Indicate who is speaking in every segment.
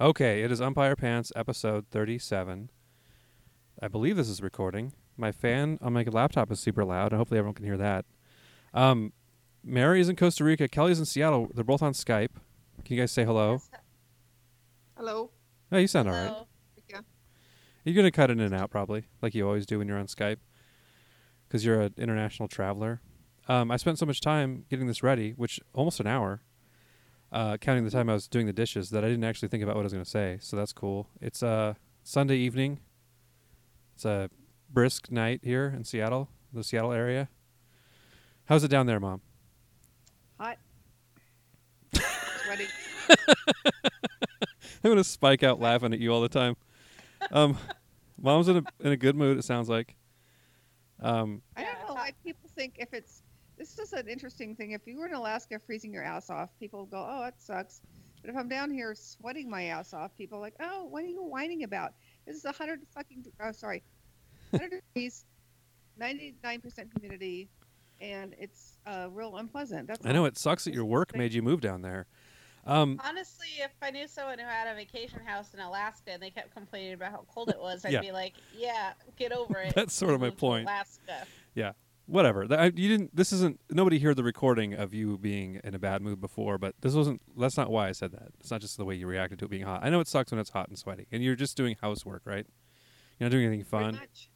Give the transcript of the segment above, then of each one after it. Speaker 1: Okay, it is Umpire Pants episode 37. I believe this is recording. My fan on my laptop is super loud, and hopefully everyone can hear that. Um, Mary is in Costa Rica. Kelly's in Seattle. They're both on Skype. Can you guys say hello?
Speaker 2: Hello.
Speaker 1: No, you sound all right.
Speaker 3: Oh,
Speaker 1: You're going to cut in and out probably, like you always do when you're on Skype, because you're an international traveler. Um, I spent so much time getting this ready, which almost an hour, uh, counting the time I was doing the dishes, that I didn't actually think about what I was going to say. So that's cool. It's uh, Sunday evening. It's a brisk night here in Seattle, the Seattle area. How's it down there, Mom?
Speaker 2: Hot. Sweaty.
Speaker 1: I'm gonna spike out laughing at you all the time. Um, mom's in a in a good mood. It sounds like. Um,
Speaker 2: I
Speaker 3: Yeah,
Speaker 2: don't know
Speaker 3: hot.
Speaker 2: why people think if it's this is an interesting thing. If you were in Alaska freezing your ass off, people go, "Oh, that sucks." But if I'm down here sweating my ass off, people are like, "Oh, what are you whining about? This is 100 fucking oh, sorry, 100 degrees, 99 percent humidity, and it's uh, real unpleasant." That's
Speaker 1: I know it sucks that your work made you move down there. Um,
Speaker 3: honestly, if I knew someone who had a vacation house in Alaska and they kept complaining about how cold it was, I'd
Speaker 1: Yeah.
Speaker 3: be like, "Yeah, get over it."
Speaker 1: That's sort of
Speaker 3: and
Speaker 1: my
Speaker 3: move to
Speaker 1: point.
Speaker 3: Alaska.
Speaker 1: whatever. Th- I, you didn't. This isn't. Nobody heard the recording of you being in a bad mood before, but this wasn't. That's not why I said that. It's not just the way you reacted to it being hot. I know it sucks when it's hot and sweaty, and you're just doing housework, right? You're not doing anything
Speaker 2: pretty
Speaker 1: fun.
Speaker 2: much.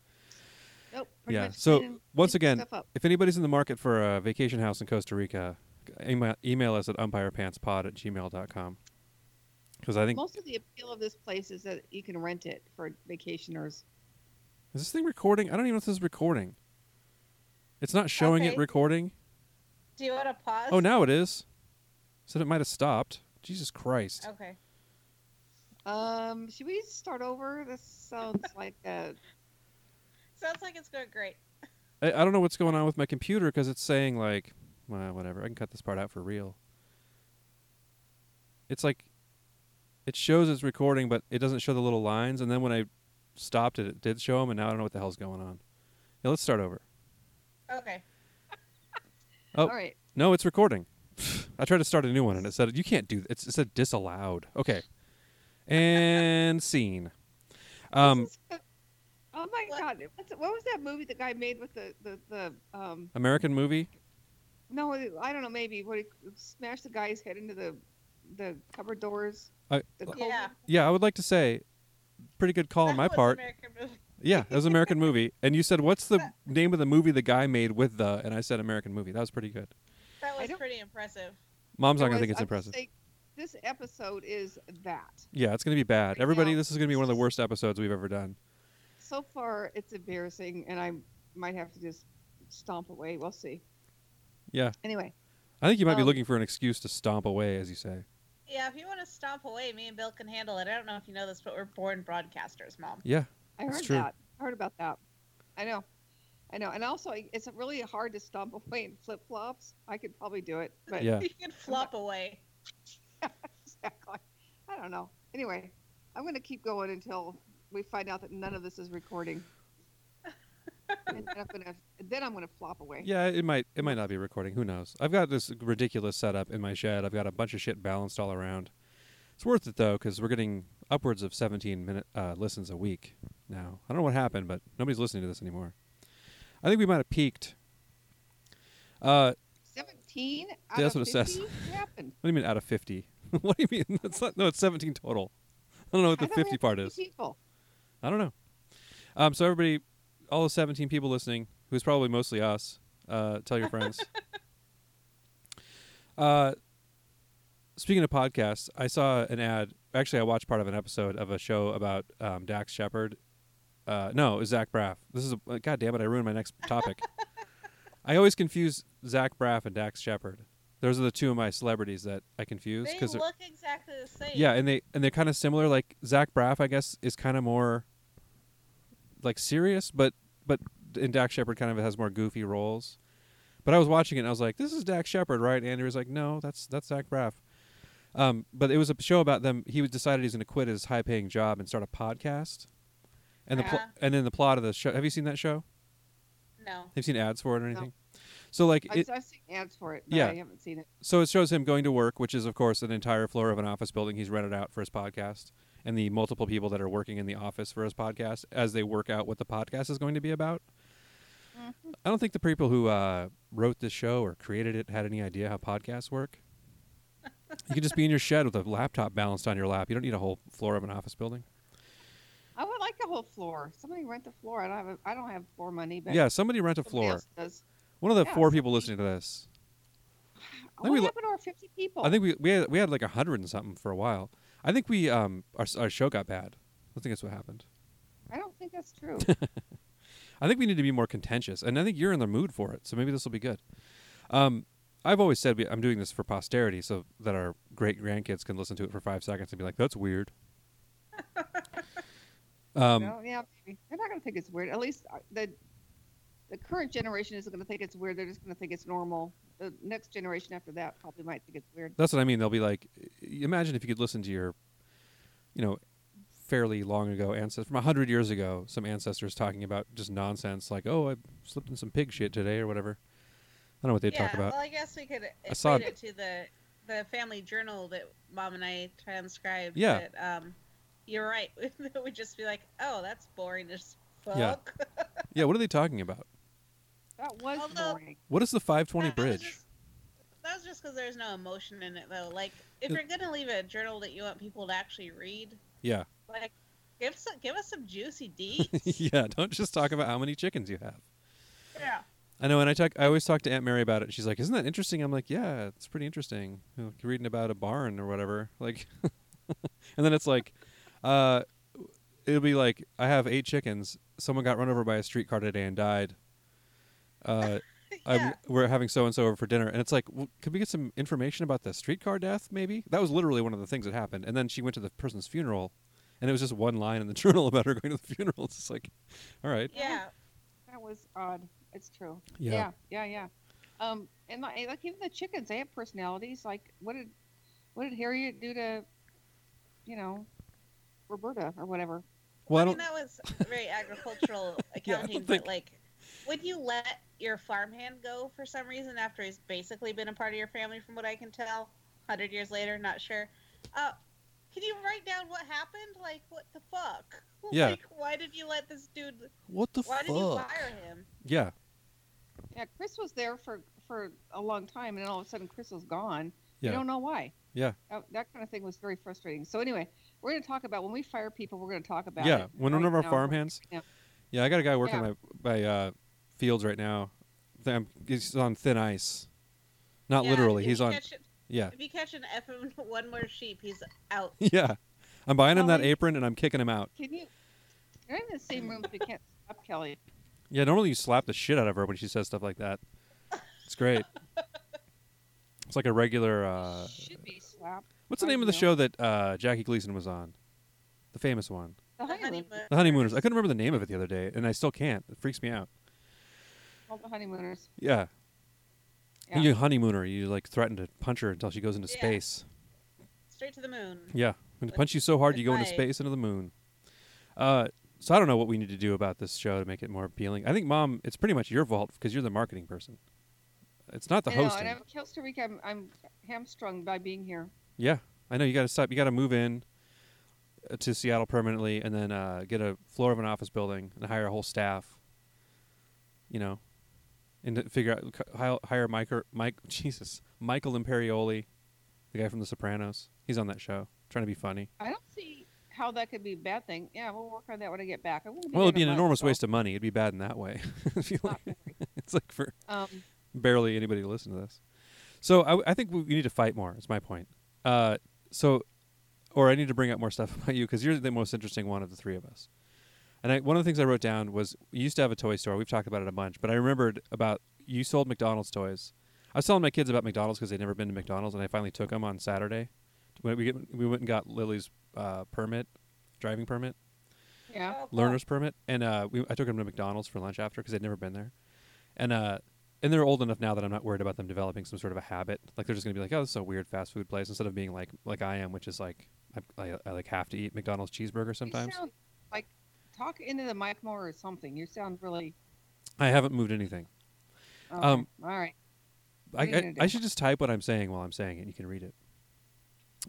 Speaker 2: Nope. pretty
Speaker 1: Yeah,
Speaker 2: much
Speaker 1: so
Speaker 2: cleaning-
Speaker 1: once
Speaker 2: cleaning
Speaker 1: again,
Speaker 2: stuff up.
Speaker 1: If anybody's in the market for a vacation house in Costa Rica, email, email us at umpirepantspod at gmail.com. Because I think.
Speaker 2: most of the appeal of this place is that you can rent it for vacationers.
Speaker 1: Is this thing recording? I don't even know if this is recording. It's not showing it
Speaker 3: Okay.
Speaker 1: recording.
Speaker 3: Do you want to pause?
Speaker 1: Oh, now it is. Said it might have stopped. Jesus Christ.
Speaker 2: Oh.
Speaker 3: Okay.
Speaker 2: Um, should we start over? This sounds like a
Speaker 3: Sounds like it's going great.
Speaker 1: I, I don't know what's going on with my computer because it's saying, like, well, whatever. I can cut this part out for real. It's like, it shows it's recording, but it doesn't show the little lines. And then when I stopped it, it did show them, and now I don't know what the hell's going on. Yeah, let's start over.
Speaker 3: Okay.
Speaker 1: Oh.
Speaker 2: all right.
Speaker 1: No, it's recording. I tried to start a new one and it said you can't do it's it said disallowed. Okay. And scene. Um
Speaker 2: This is- oh my
Speaker 3: What?
Speaker 2: god, What's, what was that movie the guy made with the the, the um?
Speaker 1: American movie?
Speaker 2: No, I don't know. Maybe what he smashed the guy's head into the the cupboard doors.
Speaker 1: I- uh,
Speaker 2: the cold-
Speaker 3: Yeah.
Speaker 1: Yeah, I would like to say pretty good call on
Speaker 3: That
Speaker 1: Oh, my
Speaker 3: was
Speaker 1: part.
Speaker 3: American movie.
Speaker 1: yeah, it was an American movie. And you said what's the name of the movie the guy made with the and I said American movie. That was pretty good.
Speaker 3: That
Speaker 2: I
Speaker 3: was
Speaker 2: don't-
Speaker 3: pretty impressive.
Speaker 1: Mom's not
Speaker 2: There
Speaker 1: going to
Speaker 2: was-
Speaker 1: think it's
Speaker 2: I would
Speaker 1: impressive.
Speaker 2: say This episode is that.
Speaker 1: Yeah, it's going to be bad. Everybody,
Speaker 2: now.
Speaker 1: this is going to be one of the worst episodes we've ever done.
Speaker 2: So far, it's embarrassing, and I might have to just stomp away. We'll see.
Speaker 1: Yeah.
Speaker 2: Anyway,
Speaker 1: I think you might be
Speaker 2: Um,
Speaker 1: looking for an excuse to stomp away as you say.
Speaker 3: Yeah, if you want to stomp away, me and Bill can handle it. I don't know if you know this, but we're born broadcasters, Mom.
Speaker 1: Yeah.
Speaker 2: I
Speaker 1: It's
Speaker 2: heard
Speaker 1: true.
Speaker 2: that. I heard about that. I know. I know. And also, I- it's really hard to stomp away in flip flops. I could probably do it, but
Speaker 1: Yeah.
Speaker 3: You can flop away.
Speaker 2: exactly. I don't know. Anyway, I'm going to keep going until we find out that none of this is recording. and then I'm going to then I'm going to flop away.
Speaker 1: Yeah, it might it might not be recording. Who knows? I've got this ridiculous setup in my shed. I've got a bunch of shit balanced all around. It's worth it though, because we're getting upwards of 17 minute uh, listens a week now. I don't know what happened, but nobody's listening to this anymore. I think we might have peaked. Uh,
Speaker 2: 17 out
Speaker 1: That's
Speaker 2: of
Speaker 1: what it says.
Speaker 2: 50? What happened?
Speaker 1: what do you mean out of 50? what do you mean? That's not, no, it's 17 total. I don't know what
Speaker 2: I
Speaker 1: the
Speaker 2: thought we
Speaker 1: 50
Speaker 2: had
Speaker 1: part
Speaker 2: 50
Speaker 1: is.
Speaker 2: People.
Speaker 1: I don't know. Um, so everybody, all the 17 people listening, who's probably mostly us, uh, tell your friends. uh, speaking of podcasts, I saw an ad. Actually, I watched part of an episode of a show about um, Dax Shepard. Uh, no, it was Zach Braff. This is a, God damn it! I ruined my next topic. I always confuse Zach Braff and Dax Shepard. Those are the two of my celebrities that I confuse
Speaker 3: They
Speaker 1: because
Speaker 3: look exactly the same.
Speaker 1: yeah, and they and they're kind of similar. Like Zach Braff, I guess, is kind of more like serious, but but and Dak Shepard kind of has more goofy roles. But I was watching it, and I was like, "This is Dak Shepard, right?" And Andrew was like, "No, that's that's Zach Braff." Um, but it was a show about them. He was decided he's going to quit his high-paying job and start a podcast. And the pl-
Speaker 3: Uh-huh.
Speaker 1: and then the plot of the show. Have you seen that show?
Speaker 3: No.
Speaker 1: Have you seen ads for it or anything? So like
Speaker 2: I've,
Speaker 1: it,
Speaker 2: I've seen ads for it, but
Speaker 1: Yeah.
Speaker 2: I haven't seen it.
Speaker 1: so it shows him going to work, which is of course an entire floor of an office building he's rented out for his podcast, and the multiple people that are working in the office for his podcast as they work out what the podcast is going to be about.
Speaker 2: Mhm.
Speaker 1: I don't think the people who uh, wrote this show or created it had any idea how podcasts work. you can just be in your shed with a laptop balanced on your lap. You don't need a whole floor of an office building.
Speaker 2: Oh, I would like a whole floor. Somebody rent the floor. I don't have. A, I don't have floor money, but
Speaker 1: yeah, somebody rent a
Speaker 2: somebody
Speaker 1: floor.
Speaker 2: else does.
Speaker 1: One of the
Speaker 2: Yeah,
Speaker 1: four people
Speaker 2: somebody-
Speaker 1: listening to this.
Speaker 2: What
Speaker 1: we lo-
Speaker 2: happened to our fifty people?
Speaker 1: I think we we had, we had like a hundred and something for a while. I think we um our, s- our show got bad. I think that's what happened.
Speaker 2: I don't think that's true.
Speaker 1: I think we need to be more contentious, and I think you're in the mood for it. So maybe this will be good. Um, I've always said we, I'm doing this for posterity, so that our great grandkids can listen to it for five seconds and be like, "That's weird." um,
Speaker 2: well, yeah, maybe. they're not going to think it's weird. At least uh, the the current generation isn't going to think it's weird. They're just going to think it's normal. The next generation after that probably might think it's weird.
Speaker 1: That's what I mean. They'll be like, i- imagine if you could listen to your, you know, fairly long ago ancestors from hundred years ago, some ancestors talking about just nonsense like, oh, I slipped in some pig shit today or whatever. I don't know what they
Speaker 3: yeah,
Speaker 1: talk about.
Speaker 3: Well, I guess we could equate
Speaker 1: saw-
Speaker 3: it to the the family journal that mom and I transcribed.
Speaker 1: Yeah.
Speaker 3: That, um, you're right. it would just be like, oh, that's boring as fuck.
Speaker 1: Yeah. yeah, what are they talking about?
Speaker 2: That was
Speaker 3: Although-
Speaker 2: boring.
Speaker 1: What is the 520
Speaker 3: That was
Speaker 1: bridge?
Speaker 3: just- That was just because there's no emotion in it, though. Like, if
Speaker 1: It-
Speaker 3: you're gonna leave a journal that you want people to actually read,
Speaker 1: Yeah,
Speaker 3: like, give some, give us some juicy deets.
Speaker 1: yeah. Don't just talk about how many chickens you have.
Speaker 3: yeah.
Speaker 1: I know, and I talk. I always talk to Aunt Mary about it. She's like, "Isn't that interesting?" I'm like, "Yeah, it's pretty interesting." You know, reading about a barn or whatever, like, and then it's like, uh, it'll be like, I have eight chickens. Someone got run over by a streetcar today and died. Uh, I'm,
Speaker 3: Yeah.
Speaker 1: we're having so and so over for dinner, and it's like, well, could we get some information about the streetcar death? Maybe that was literally one of the things that happened. And then she went to the person's funeral, and it was just one line in the journal about her going to the funeral. It's just like, all right,
Speaker 3: Yeah.
Speaker 2: That was odd. It's true.
Speaker 1: Yeah.
Speaker 2: Yeah. Yeah. yeah. Um, and like, like even the chickens, they have personalities. Like what did what did Harriet do to, you know, Roberta or whatever?
Speaker 1: well, I
Speaker 3: I mean,
Speaker 1: don't.
Speaker 3: that was very agricultural accounting,
Speaker 1: think-
Speaker 3: but like, would you let your farmhand go for some reason after he's basically been a part of your family, from what I can tell? Hundred years later, not sure. Uh, can you write down what happened? Like, what the fuck?
Speaker 1: Yeah.
Speaker 3: Like, why did you let this dude?
Speaker 1: What the
Speaker 3: Why
Speaker 1: fuck?
Speaker 3: did you fire him?
Speaker 1: Yeah.
Speaker 2: Yeah, Chris was there for for a long time, and then all of a sudden Chris was gone.
Speaker 1: Yeah.
Speaker 2: You don't know why.
Speaker 1: Yeah.
Speaker 2: That, that kind of thing was very frustrating. So anyway, we're going to talk about when we fire people. We're going to talk about
Speaker 1: Yeah,
Speaker 2: it
Speaker 1: when
Speaker 2: right
Speaker 1: one of our
Speaker 2: now.
Speaker 1: farm hands.
Speaker 2: Yeah.
Speaker 1: Yeah, I got a guy working
Speaker 2: Yeah.
Speaker 1: my my uh, fields right now. Th- I'm, he's on thin ice. Not
Speaker 3: Yeah,
Speaker 1: literally.
Speaker 3: if
Speaker 1: He's
Speaker 3: you
Speaker 1: on.
Speaker 3: catch it-
Speaker 1: Yeah,
Speaker 3: if you catch an F him one more sheep, he's out.
Speaker 1: yeah. I'm buying him
Speaker 3: Oh,
Speaker 2: Well,
Speaker 1: that
Speaker 2: he-
Speaker 1: apron and I'm kicking him out.
Speaker 2: Can you? You're in the same room, so you can't stop Kelly.
Speaker 1: Yeah, normally you slap the shit out of her when she says stuff like that. It's great. it's like a regular. Uh,
Speaker 2: Should be slapped.
Speaker 1: what's the name of the
Speaker 2: Honeymoon.
Speaker 1: show that uh, Jackie Gleason was on? The famous one,
Speaker 2: The
Speaker 3: The
Speaker 2: honeymoon.
Speaker 3: honeymoon-
Speaker 1: The Honeymooners. I couldn't remember the name of it the other day, and I still can't. It freaks me out.
Speaker 2: All the honeymooners.
Speaker 1: Yeah.
Speaker 2: Yeah.
Speaker 1: You honeymooner, you like threaten to punch her until she goes into
Speaker 3: Yeah.
Speaker 1: space.
Speaker 3: Straight to the moon.
Speaker 1: Yeah. I'm gonna punch you so hard you go into
Speaker 3: Goodbye.
Speaker 1: space into the moon. Uh so I don't know what we need to do about this show to make it more appealing. I think mom, it's pretty much your fault because you're the marketing person. It's not the
Speaker 2: I know,
Speaker 1: hosting.
Speaker 2: and I'm Costa Rica. I'm, I'm hamstrung by being here.
Speaker 1: yeah. I know you got to stop. You got to move in uh, to Seattle permanently and then uh, get a floor of an office building and hire a whole staff. You know, and to figure out c- hi- hire Michael Mike Jesus Michael Imperioli, the guy from The Sopranos. He's on that show trying to be funny.
Speaker 2: I don't see how that could be a bad thing. Yeah, we'll work on that when I get back. I won't
Speaker 1: Well, it'd be an enormous waste of money. It'd be bad in that way. If you like- it's like for
Speaker 2: Um,
Speaker 1: barely anybody to listen to this. So I, I think we, we need to fight more. Is my point. Uh, so, or I need to bring up more stuff about you because you're the most interesting one of the three of us. And I, one of the things I wrote down was you used to have a toy store. We've talked about it a bunch, but I remembered about you sold McDonald's toys. I was telling my kids about McDonald's because they'd never been to McDonald's, and I finally took them on Saturday. When we get- we went and got Lily's uh, permit, driving permit
Speaker 2: yeah.
Speaker 3: Oh, fuck.
Speaker 1: learner's permit, and uh, we, I took them to McDonald's for lunch after because they'd never been there, and uh, and they're old enough now that I'm not worried about them developing some sort of a habit. Like they're just gonna be like, oh, this is a weird fast food place, instead of being like like I am, which is like I, I, I like have to eat McDonald's cheeseburger sometimes.
Speaker 2: You sound like talk into the mic more or something. You sound really
Speaker 1: I haven't moved anything.
Speaker 2: Okay.
Speaker 1: Um,
Speaker 2: All right.
Speaker 1: I,
Speaker 2: We're
Speaker 1: I,
Speaker 2: gonna
Speaker 1: I
Speaker 2: do-
Speaker 1: should just type what I'm saying while I'm saying it. You can read it.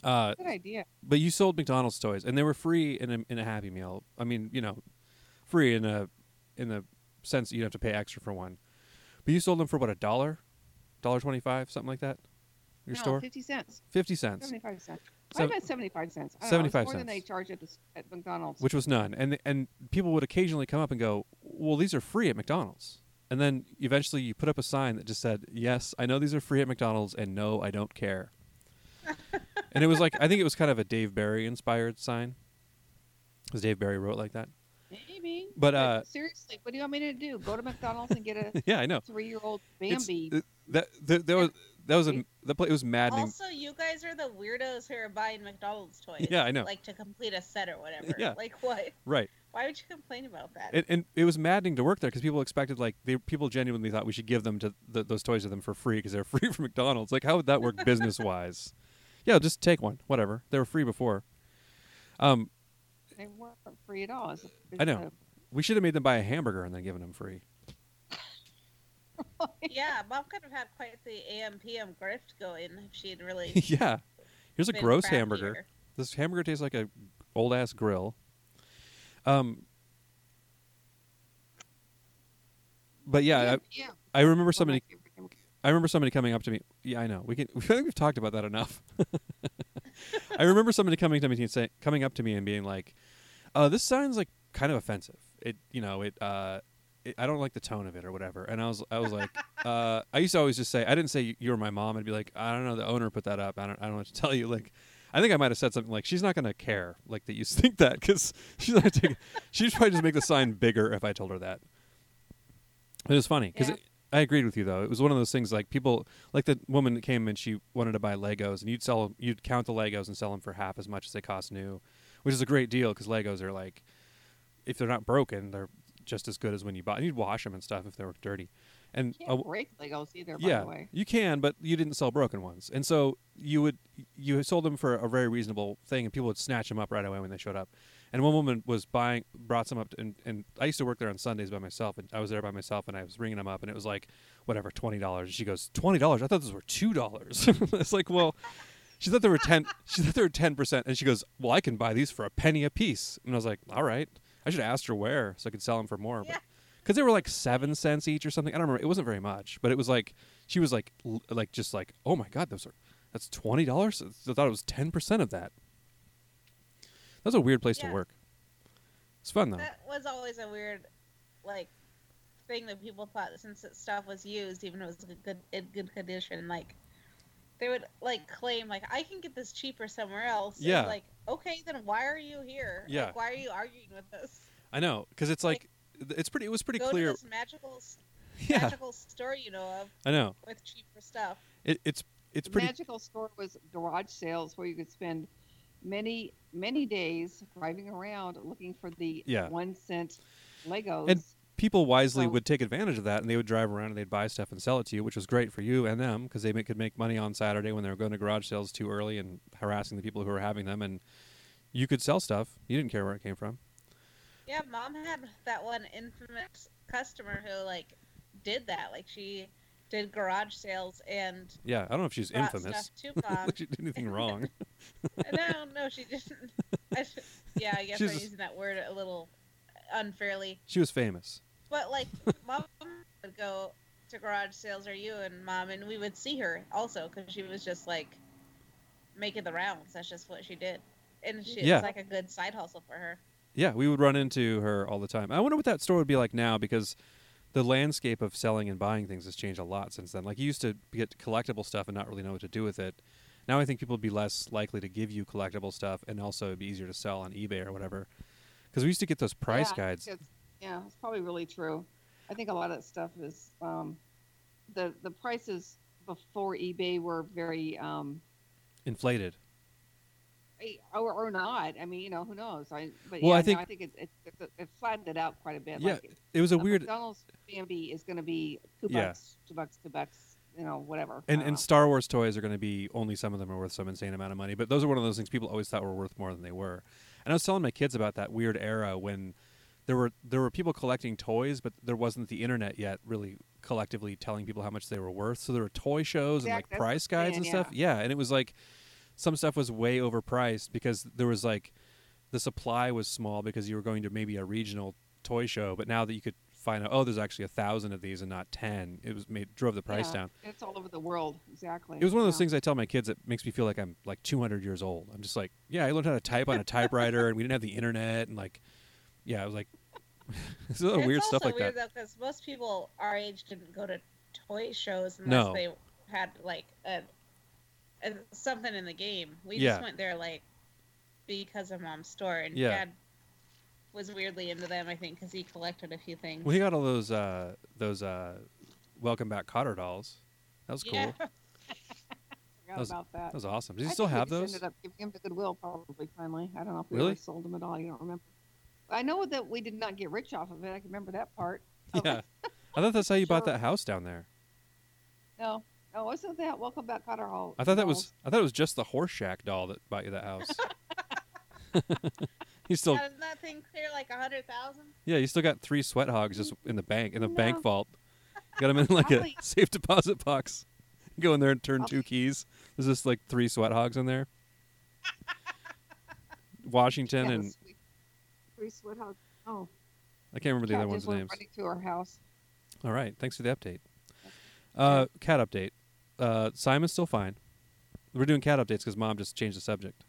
Speaker 1: Uh,
Speaker 2: Good idea.
Speaker 1: but you sold McDonald's toys, and they were free in a, in a Happy Meal. I mean, you know, free in a in the sense that you'd have to pay extra for one. But you sold them for what a dollar, dollar twenty five, something like that. Your
Speaker 2: no,
Speaker 1: store,
Speaker 2: fifty cents,
Speaker 1: fifty cents,
Speaker 2: seventy-five cents.
Speaker 1: So-
Speaker 2: Why about seventy-five cents? I don't know, it's
Speaker 1: 75
Speaker 2: More than they
Speaker 1: cents.
Speaker 2: charge at, the, s- at McDonald's.
Speaker 1: which was none. And and people would occasionally come up and go, "Well, these are free at McDonald's." And then eventually, you put up a sign that just said, "Yes, I know these are free at McDonald's, and no, I don't care." and it was like I think it was kind of a Dave Barry inspired sign, because Dave Barry wrote like that.
Speaker 2: Maybe.
Speaker 1: But, uh,
Speaker 2: seriously, what do you want me to do? Go to McDonald's and get a
Speaker 1: yeah, I know.
Speaker 2: three-year-old
Speaker 1: It's-
Speaker 2: Bambi?
Speaker 1: it- that that, that was that was a, the play. It was maddening.
Speaker 3: Also, you guys are the weirdos who are buying McDonald's toys.
Speaker 1: Yeah, I know.
Speaker 3: Like to complete a set or whatever.
Speaker 1: Yeah.
Speaker 3: Like what?
Speaker 1: right,
Speaker 3: Why would you complain about that?
Speaker 1: and, and it was maddening to work there because people expected like they, people genuinely thought we should give them to th- those toys to them for free because they're free from McDonald's. Like, how would that work business wise? Yeah, just take one. Whatever. They were free before. Um,
Speaker 2: they weren't free at all. It's a- uh,
Speaker 1: I
Speaker 2: it's
Speaker 1: know. we should have made them buy a hamburger and then given them free.
Speaker 3: yeah, mom could have had quite the AM PM grift going if she had really.
Speaker 1: yeah, here's a
Speaker 3: been
Speaker 1: gross
Speaker 3: craftier.
Speaker 1: hamburger. This hamburger tastes like a old ass grill. Um, but
Speaker 2: A,
Speaker 1: yeah, I-
Speaker 2: yeah.
Speaker 1: I remember
Speaker 2: one of my
Speaker 1: somebody.
Speaker 2: favorite hamburgers.
Speaker 1: I remember somebody coming up to me. Yeah, I know. We can. I think we've talked about that enough. I remember somebody coming to me and say, coming up to me and being like, uh, "This sounds like kind of offensive. It, you know, it, uh, it. I don't like the tone of it or whatever." And I was, I was like, uh, I used to always just say, I didn't say you were my mom. I'd be like, I don't know. The owner put that up. I don't. I don't know what to tell you. Like, I think I might have said something like, "She's not gonna care like that. You think that because she's not. Taking, she'd probably just make the sign bigger if I told her that." It was funny because
Speaker 2: Yeah.
Speaker 1: I agreed with you though. It was one of those things like people, like the woman that came and she wanted to buy Legos, and you'd sell, you'd count the Legos and sell them for half as much as they cost new, which is a great deal because Legos are like, if they're not broken, they're just as good as when you buy. And you'd wash them and stuff if they were dirty, and
Speaker 2: You
Speaker 1: a-
Speaker 2: can't break Legos either, by
Speaker 1: yeah,
Speaker 2: the way.
Speaker 1: you can, but you didn't sell broken ones, and so you would you sold them for a very reasonable thing, and people would snatch them up right away when they showed up. And one woman was buying, brought some up, to, and, and I used to work there on Sundays by myself, and I was there by myself, and I was ringing them up, and it was like whatever twenty dollars. She goes twenty dollars. I thought those were two dollars. it's like well. She thought they were ten. She thought they were ten percent, and she goes, "Well, I can buy these for a penny a piece." And I was like, "All right." I should have asked her where so I could sell them for more.
Speaker 3: Yeah.
Speaker 1: Because they were like seven cents each or something. I don't remember. It wasn't very much, but it was like she was like, l- like just like, oh my god, those are that's twenty dollars. I thought it was ten percent of that. That's a weird place
Speaker 3: Yeah.
Speaker 1: to work. It's fun though.
Speaker 3: That was always a weird, like, thing that people thought since that stuff was used, even if it was in good in good condition, like, they would like claim like I can get this cheaper somewhere else. And,
Speaker 1: Yeah.
Speaker 3: like, okay, then why are you here?
Speaker 1: Yeah.
Speaker 3: Like, why are you arguing with us?
Speaker 1: I know because it's like, th- it's pretty. It was pretty
Speaker 3: Go
Speaker 1: clear.
Speaker 3: to this magical s-
Speaker 1: Yeah,
Speaker 3: magical store you know of
Speaker 1: I know.
Speaker 3: with cheaper stuff.
Speaker 1: It, it's it's
Speaker 2: The
Speaker 1: pretty.
Speaker 2: magical store was garage sales where you could spend many, many days driving around looking for the
Speaker 1: Yeah.
Speaker 2: one cent Legos.
Speaker 1: people wisely
Speaker 2: So-
Speaker 1: would take advantage of that and they would drive around and they'd buy stuff and sell it to you, which was great for you and them because they ma- could make money on Saturday when they were going to garage sales too early and harassing the people who were having them. And you could sell stuff. You didn't care where it came from.
Speaker 3: Yeah, mom had that one infamous customer who like did that. Like she did garage sales and
Speaker 1: Yeah, I don't know if she's
Speaker 3: brought
Speaker 1: infamous.
Speaker 3: stuff to mom.
Speaker 1: she did anything wrong.
Speaker 3: no, no, she didn't. I sh- yeah, I guess
Speaker 1: She's
Speaker 3: I'm
Speaker 1: just-
Speaker 3: using that word a little unfairly.
Speaker 1: She was famous.
Speaker 3: But like, mom would go to garage sales, or you and mom, and we would see her also because she was just like making the rounds. That's just what she did, and she
Speaker 1: Yeah.
Speaker 3: was like a good side hustle for her.
Speaker 1: Yeah, we would run into her all the time. I wonder what that store would be like now because the landscape of selling and buying things has changed a lot since then. Like you used to get collectible stuff and not really know what to do with it. Now I think people would be less likely to give you collectible stuff, and also it'd be easier to sell on eBay or whatever. Because we used to get those price
Speaker 2: Yeah, I think
Speaker 1: guides.
Speaker 2: that's- yeah, it's probably really true. I think a lot of that stuff is um, the the prices before eBay were very um,
Speaker 1: Inflated.
Speaker 2: eh, or, or not. I mean, you know, who knows? I but
Speaker 1: Well,
Speaker 2: yeah,
Speaker 1: I
Speaker 2: no,
Speaker 1: think-
Speaker 2: I think it's it's it's it flattened it out quite a bit.
Speaker 1: Yeah,
Speaker 2: like,
Speaker 1: It was a
Speaker 2: a
Speaker 1: weird.
Speaker 2: McDonald's Bambi is going to be two
Speaker 1: Yeah.
Speaker 2: bucks, two bucks, two bucks. You know, whatever.
Speaker 1: And,
Speaker 2: I don't
Speaker 1: and
Speaker 2: know.
Speaker 1: Star Wars toys are going to be only some of them are worth some insane amount of money, but those are one of those things people always thought were worth more than they were. And I was telling my kids about that weird era when there were there were people collecting toys, but there wasn't the internet yet really collectively telling people how much they were worth. So there were toy shows and like
Speaker 2: Exactly, that's what
Speaker 1: price
Speaker 2: I'm
Speaker 1: guides and
Speaker 2: saying,
Speaker 1: stuff. Yeah, and it was like some stuff was way overpriced because there was like the supply was small because you were going to maybe a regional toy show, but now that you could find out, oh, there's actually a thousand of these and not ten, it was made drove the price
Speaker 2: Yeah.
Speaker 1: down.
Speaker 2: It's all over the world. Exactly.
Speaker 1: It was one of those
Speaker 2: Yeah.
Speaker 1: things I tell my kids that makes me feel like I'm like 200 years old. I'm just like, yeah, I learned how to type on a typewriter, and we didn't have the internet, and like, yeah, I was like, it's a lot of
Speaker 3: it's
Speaker 1: weird
Speaker 3: also
Speaker 1: stuff like
Speaker 3: weird
Speaker 1: that.
Speaker 3: though, because most people our age didn't go to toy shows unless
Speaker 1: No.
Speaker 3: they had like a, a something in the game. We
Speaker 1: Yeah.
Speaker 3: just went there like because of mom's store, and
Speaker 1: Yeah.
Speaker 3: dad was weirdly into them. I think because he collected a few things.
Speaker 1: Well, he got all those uh, those uh, welcome back Cotter dolls. That was cool.
Speaker 3: Yeah.
Speaker 1: That
Speaker 2: Forgot
Speaker 1: that was-
Speaker 2: about that.
Speaker 1: was awesome. Does
Speaker 2: I
Speaker 1: he still
Speaker 2: think we
Speaker 1: have
Speaker 2: just
Speaker 1: those?
Speaker 2: Ended up giving him to Goodwill probably finally. I don't know if we
Speaker 1: Really?
Speaker 2: ever sold them at all. I don't remember. I know that we did not get rich off of it. I can remember that part. of it.
Speaker 1: Yeah, I thought that's how you bought
Speaker 2: Sure.
Speaker 1: that house down there.
Speaker 2: No, no, wasn't that Welcome Back Cotter Hall?
Speaker 1: I thought that was
Speaker 2: Halls.
Speaker 1: I thought it was just the horse shack doll that bought you that house. you still
Speaker 3: Doesn't that thing clear like a hundred thousand?
Speaker 1: yeah, you still got three sweat hogs just in the bank in the bank
Speaker 2: No.
Speaker 1: vault. Got them in like a
Speaker 2: Probably-
Speaker 1: safe deposit box. Go in there and turn two
Speaker 2: Probably-
Speaker 1: keys. There's just like three sweat hogs in there. Washington
Speaker 2: Yeah,
Speaker 1: and
Speaker 2: the sweet- Three sweat hogs. Oh,
Speaker 1: I can't remember the
Speaker 2: cat
Speaker 1: other one's
Speaker 2: just went
Speaker 1: names.
Speaker 2: Running to our house.
Speaker 1: All right. Thanks for the update. Uh, cat update. Uh, Simon's still fine. We're doing cat updates because mom just changed the subject.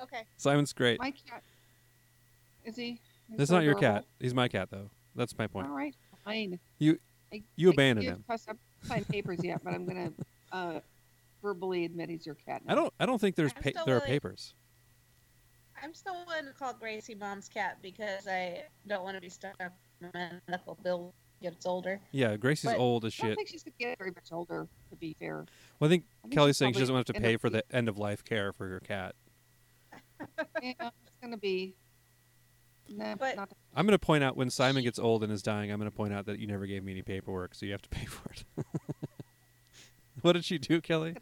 Speaker 3: Okay.
Speaker 1: Simon's great.
Speaker 2: My cat. Is he? he's
Speaker 1: That's
Speaker 2: so
Speaker 1: not your cat.
Speaker 2: adorable.
Speaker 1: He's my cat, though. That's my point.
Speaker 2: All right, fine.
Speaker 1: You-
Speaker 2: I-
Speaker 1: you
Speaker 2: I
Speaker 1: abandoned
Speaker 2: can't
Speaker 1: him.
Speaker 2: press- I haven't signed papers yet, but I'm gonna uh, verbally admit he's your cat.
Speaker 1: I don't. I don't think there's
Speaker 3: I'm
Speaker 1: pa-
Speaker 3: still
Speaker 1: there are
Speaker 3: really-
Speaker 1: papers.
Speaker 3: I'm still one called Gracie Mom's cat because I don't want to be stuck on my medical bill when she gets older.
Speaker 1: Yeah, Gracie's
Speaker 2: But
Speaker 1: old as
Speaker 2: I don't
Speaker 1: shit.
Speaker 2: think she's gonna get very much older. To be fair,
Speaker 1: Well, I think
Speaker 2: I think
Speaker 1: Kelly's
Speaker 2: she's
Speaker 1: saying she
Speaker 2: probably
Speaker 1: doesn't want to have
Speaker 2: in
Speaker 1: to
Speaker 2: her
Speaker 1: pay for the
Speaker 2: fifties.
Speaker 1: end of life care for your cat.
Speaker 2: yeah, it's gonna be. Nah,
Speaker 3: But-
Speaker 2: not
Speaker 1: I'm going to point out when Simon gets old and is dying, I'm going to point out that you never gave me any paperwork, so you have to pay for it. what did she do, Kelly?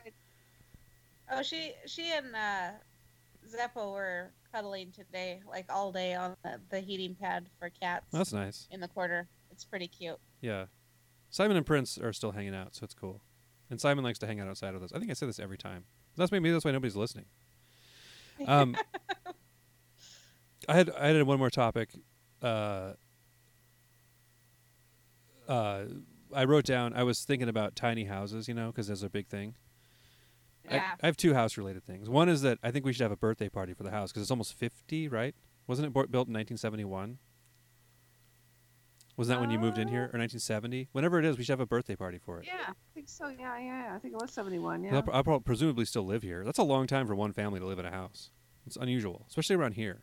Speaker 3: Oh, she she and uh, Zeppo were cuddling today, like all day on the, the heating pad for cats
Speaker 1: That's nice.
Speaker 3: in the quarter. It's pretty cute.
Speaker 1: Yeah. Simon and Prince are still hanging out, so it's cool. And Simon likes to hang out outside with us. I think I say this every time. That's maybe that's why nobody's listening. Um, I had I had one more topic. Uh, uh, I wrote down. I was thinking about tiny houses, you know, because that's a big thing. I-
Speaker 3: Yeah.
Speaker 1: I, have two house related things. One is that I think we should have a birthday party for the house because it's almost fifty, right? Wasn't it bor- built in nineteen seventy one? Wasn't that when you moved in here, or nineteen seventy? Whenever it is, we should have a birthday party for it.
Speaker 2: Yeah, I think so. Yeah, yeah. I think it was seventy-one.
Speaker 1: I'll, pro- I'll prob- presumably still live here. That's a long time for one family to live in a house. It's unusual, especially around here.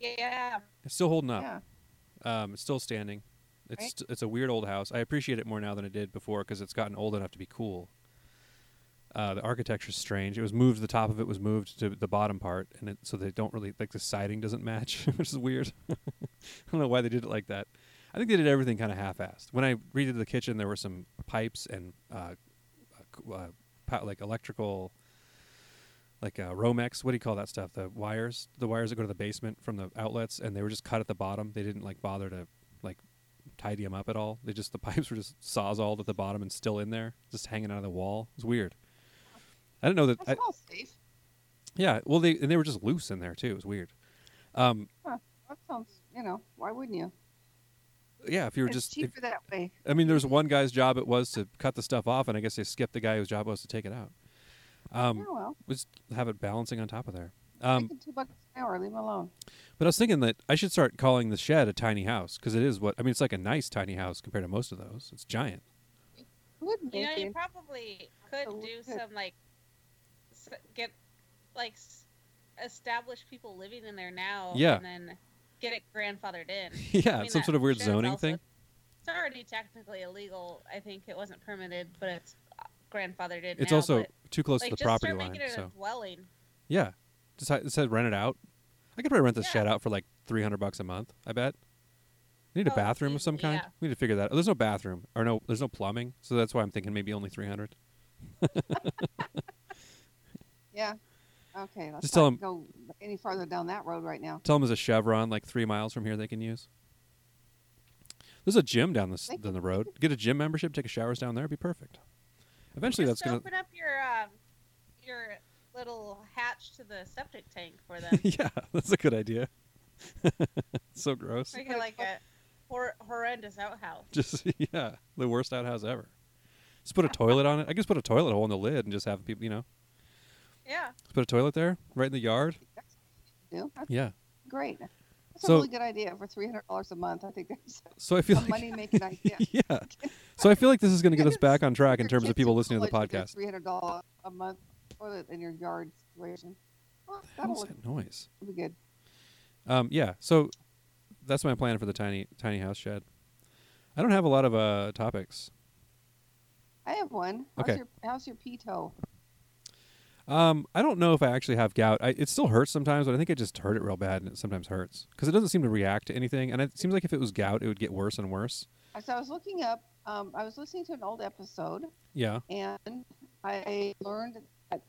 Speaker 3: Yeah.
Speaker 1: It's still holding up.
Speaker 2: yeah.
Speaker 1: Um, it's still standing. It's
Speaker 2: Right.
Speaker 1: st- it's a weird old house. I appreciate it more now than I did before because it's gotten old enough to be cool. Uh, the architecture's strange. It was moved. The top of it was moved to the bottom part, and it, so they don't really like the siding doesn't match, which is weird. I don't know why they did it like that. I think they did everything kind of half-assed. When I redid the kitchen, there were some pipes and uh, uh, uh, pa- like electrical, like uh, Romex. What do you call that stuff? The wires, the wires that go to the basement from the outlets, and they were just cut at the bottom. They didn't like bother to like tidy them up at all. They just the pipes were just sawzalled at the bottom and still in there, just hanging out of the wall. It's weird. I didn't know that.
Speaker 2: That's
Speaker 1: I,
Speaker 2: all safe.
Speaker 1: yeah, well, they and they were just loose in there too. It was weird. Um,
Speaker 2: That sounds. You know, why wouldn't you?
Speaker 1: yeah, if you were
Speaker 2: it's
Speaker 1: just, if,
Speaker 2: cheaper that way.
Speaker 1: I mean, there was one guy's job it was to cut the stuff off, and I guess they skipped the guy whose job was to take it out. Um,
Speaker 2: oh well,
Speaker 1: just have it balancing on top of there.
Speaker 2: I'm
Speaker 1: Um,
Speaker 2: making two bucks an hour. Leave him alone.
Speaker 1: But I was thinking that I should start calling the shed a tiny house because it is what I mean. It's like a nice tiny house compared to most of those. It's giant.
Speaker 2: Wouldn't
Speaker 3: You know,
Speaker 2: it?
Speaker 3: you
Speaker 2: be?
Speaker 3: probably could do
Speaker 2: Absolutely.
Speaker 3: some like s- get like s- establish people living in there now.
Speaker 1: Yeah.
Speaker 3: And then get it grandfathered in.
Speaker 1: yeah,
Speaker 3: I mean,
Speaker 1: it's some
Speaker 3: that
Speaker 1: sort of weird
Speaker 3: shed's
Speaker 1: zoning
Speaker 3: also-
Speaker 1: thing.
Speaker 3: It's already technically illegal. I think it wasn't permitted, but it's uh, grandfathered in.
Speaker 1: It's
Speaker 3: now,
Speaker 1: also
Speaker 3: but,
Speaker 1: too close
Speaker 3: like,
Speaker 1: to the
Speaker 3: just
Speaker 1: property
Speaker 3: start
Speaker 1: line.
Speaker 3: making it a
Speaker 1: So
Speaker 3: dwelling.
Speaker 1: yeah, just ha- just rent it out. I could probably rent this
Speaker 3: Yeah.
Speaker 1: shed out for like three hundred bucks a month. I bet. We need a
Speaker 3: Oh,
Speaker 1: bathroom of some
Speaker 3: easily,
Speaker 1: kind.
Speaker 3: yeah.
Speaker 1: We need to figure that. out. There's no bathroom or no. There's no plumbing, so that's why I'm thinking maybe only three hundred.
Speaker 2: Yeah. Okay, let's
Speaker 1: Just tell
Speaker 2: not go any farther down that road right now.
Speaker 1: Tell them there's a Chevron like three miles from here they can use. There's a gym down this
Speaker 2: Thank
Speaker 1: down the road. Get a gym membership, take a showers down there. It'd be perfect. Eventually, that's
Speaker 3: Just
Speaker 1: gonna.
Speaker 3: open up your um, your little hatch to the septic tank for them.
Speaker 1: yeah, that's a good idea. so gross.
Speaker 3: Make it like a hor- horrendous outhouse.
Speaker 1: Just yeah, the worst outhouse ever. Just put a toilet on it. I guess put a toilet hole in the lid and just have people, you know,
Speaker 3: Yeah.
Speaker 1: just put a toilet there, right in the yard.
Speaker 2: No, that's
Speaker 1: Yeah.
Speaker 2: great. That's
Speaker 1: So-
Speaker 2: a really good idea for three hundred dollars a month. I think that's
Speaker 1: So I
Speaker 2: a
Speaker 1: feel like
Speaker 2: money making idea.
Speaker 1: yeah. So I feel like this is going to get us back on track in terms of people listening to the podcast.
Speaker 2: Three hundred dollars a month toilet in your yard situation. Well,
Speaker 1: What
Speaker 2: that'll
Speaker 1: was
Speaker 2: look
Speaker 1: that noise?
Speaker 2: be good.
Speaker 1: Um, yeah. So that's my plan for the tiny tiny house shed. I don't have a lot of uh, topics.
Speaker 2: I have one. How's
Speaker 1: Okay.
Speaker 2: your How's your pee toe?
Speaker 1: Um, I don't know if I actually have gout. I, it still hurts sometimes, but I think I just hurt it real bad, and it sometimes hurts because it doesn't seem to react to anything. And it seems like if it was gout, it would get worse and worse.
Speaker 2: So I was looking up. Um, I was listening to an old episode,
Speaker 1: Yeah.
Speaker 2: and I learned that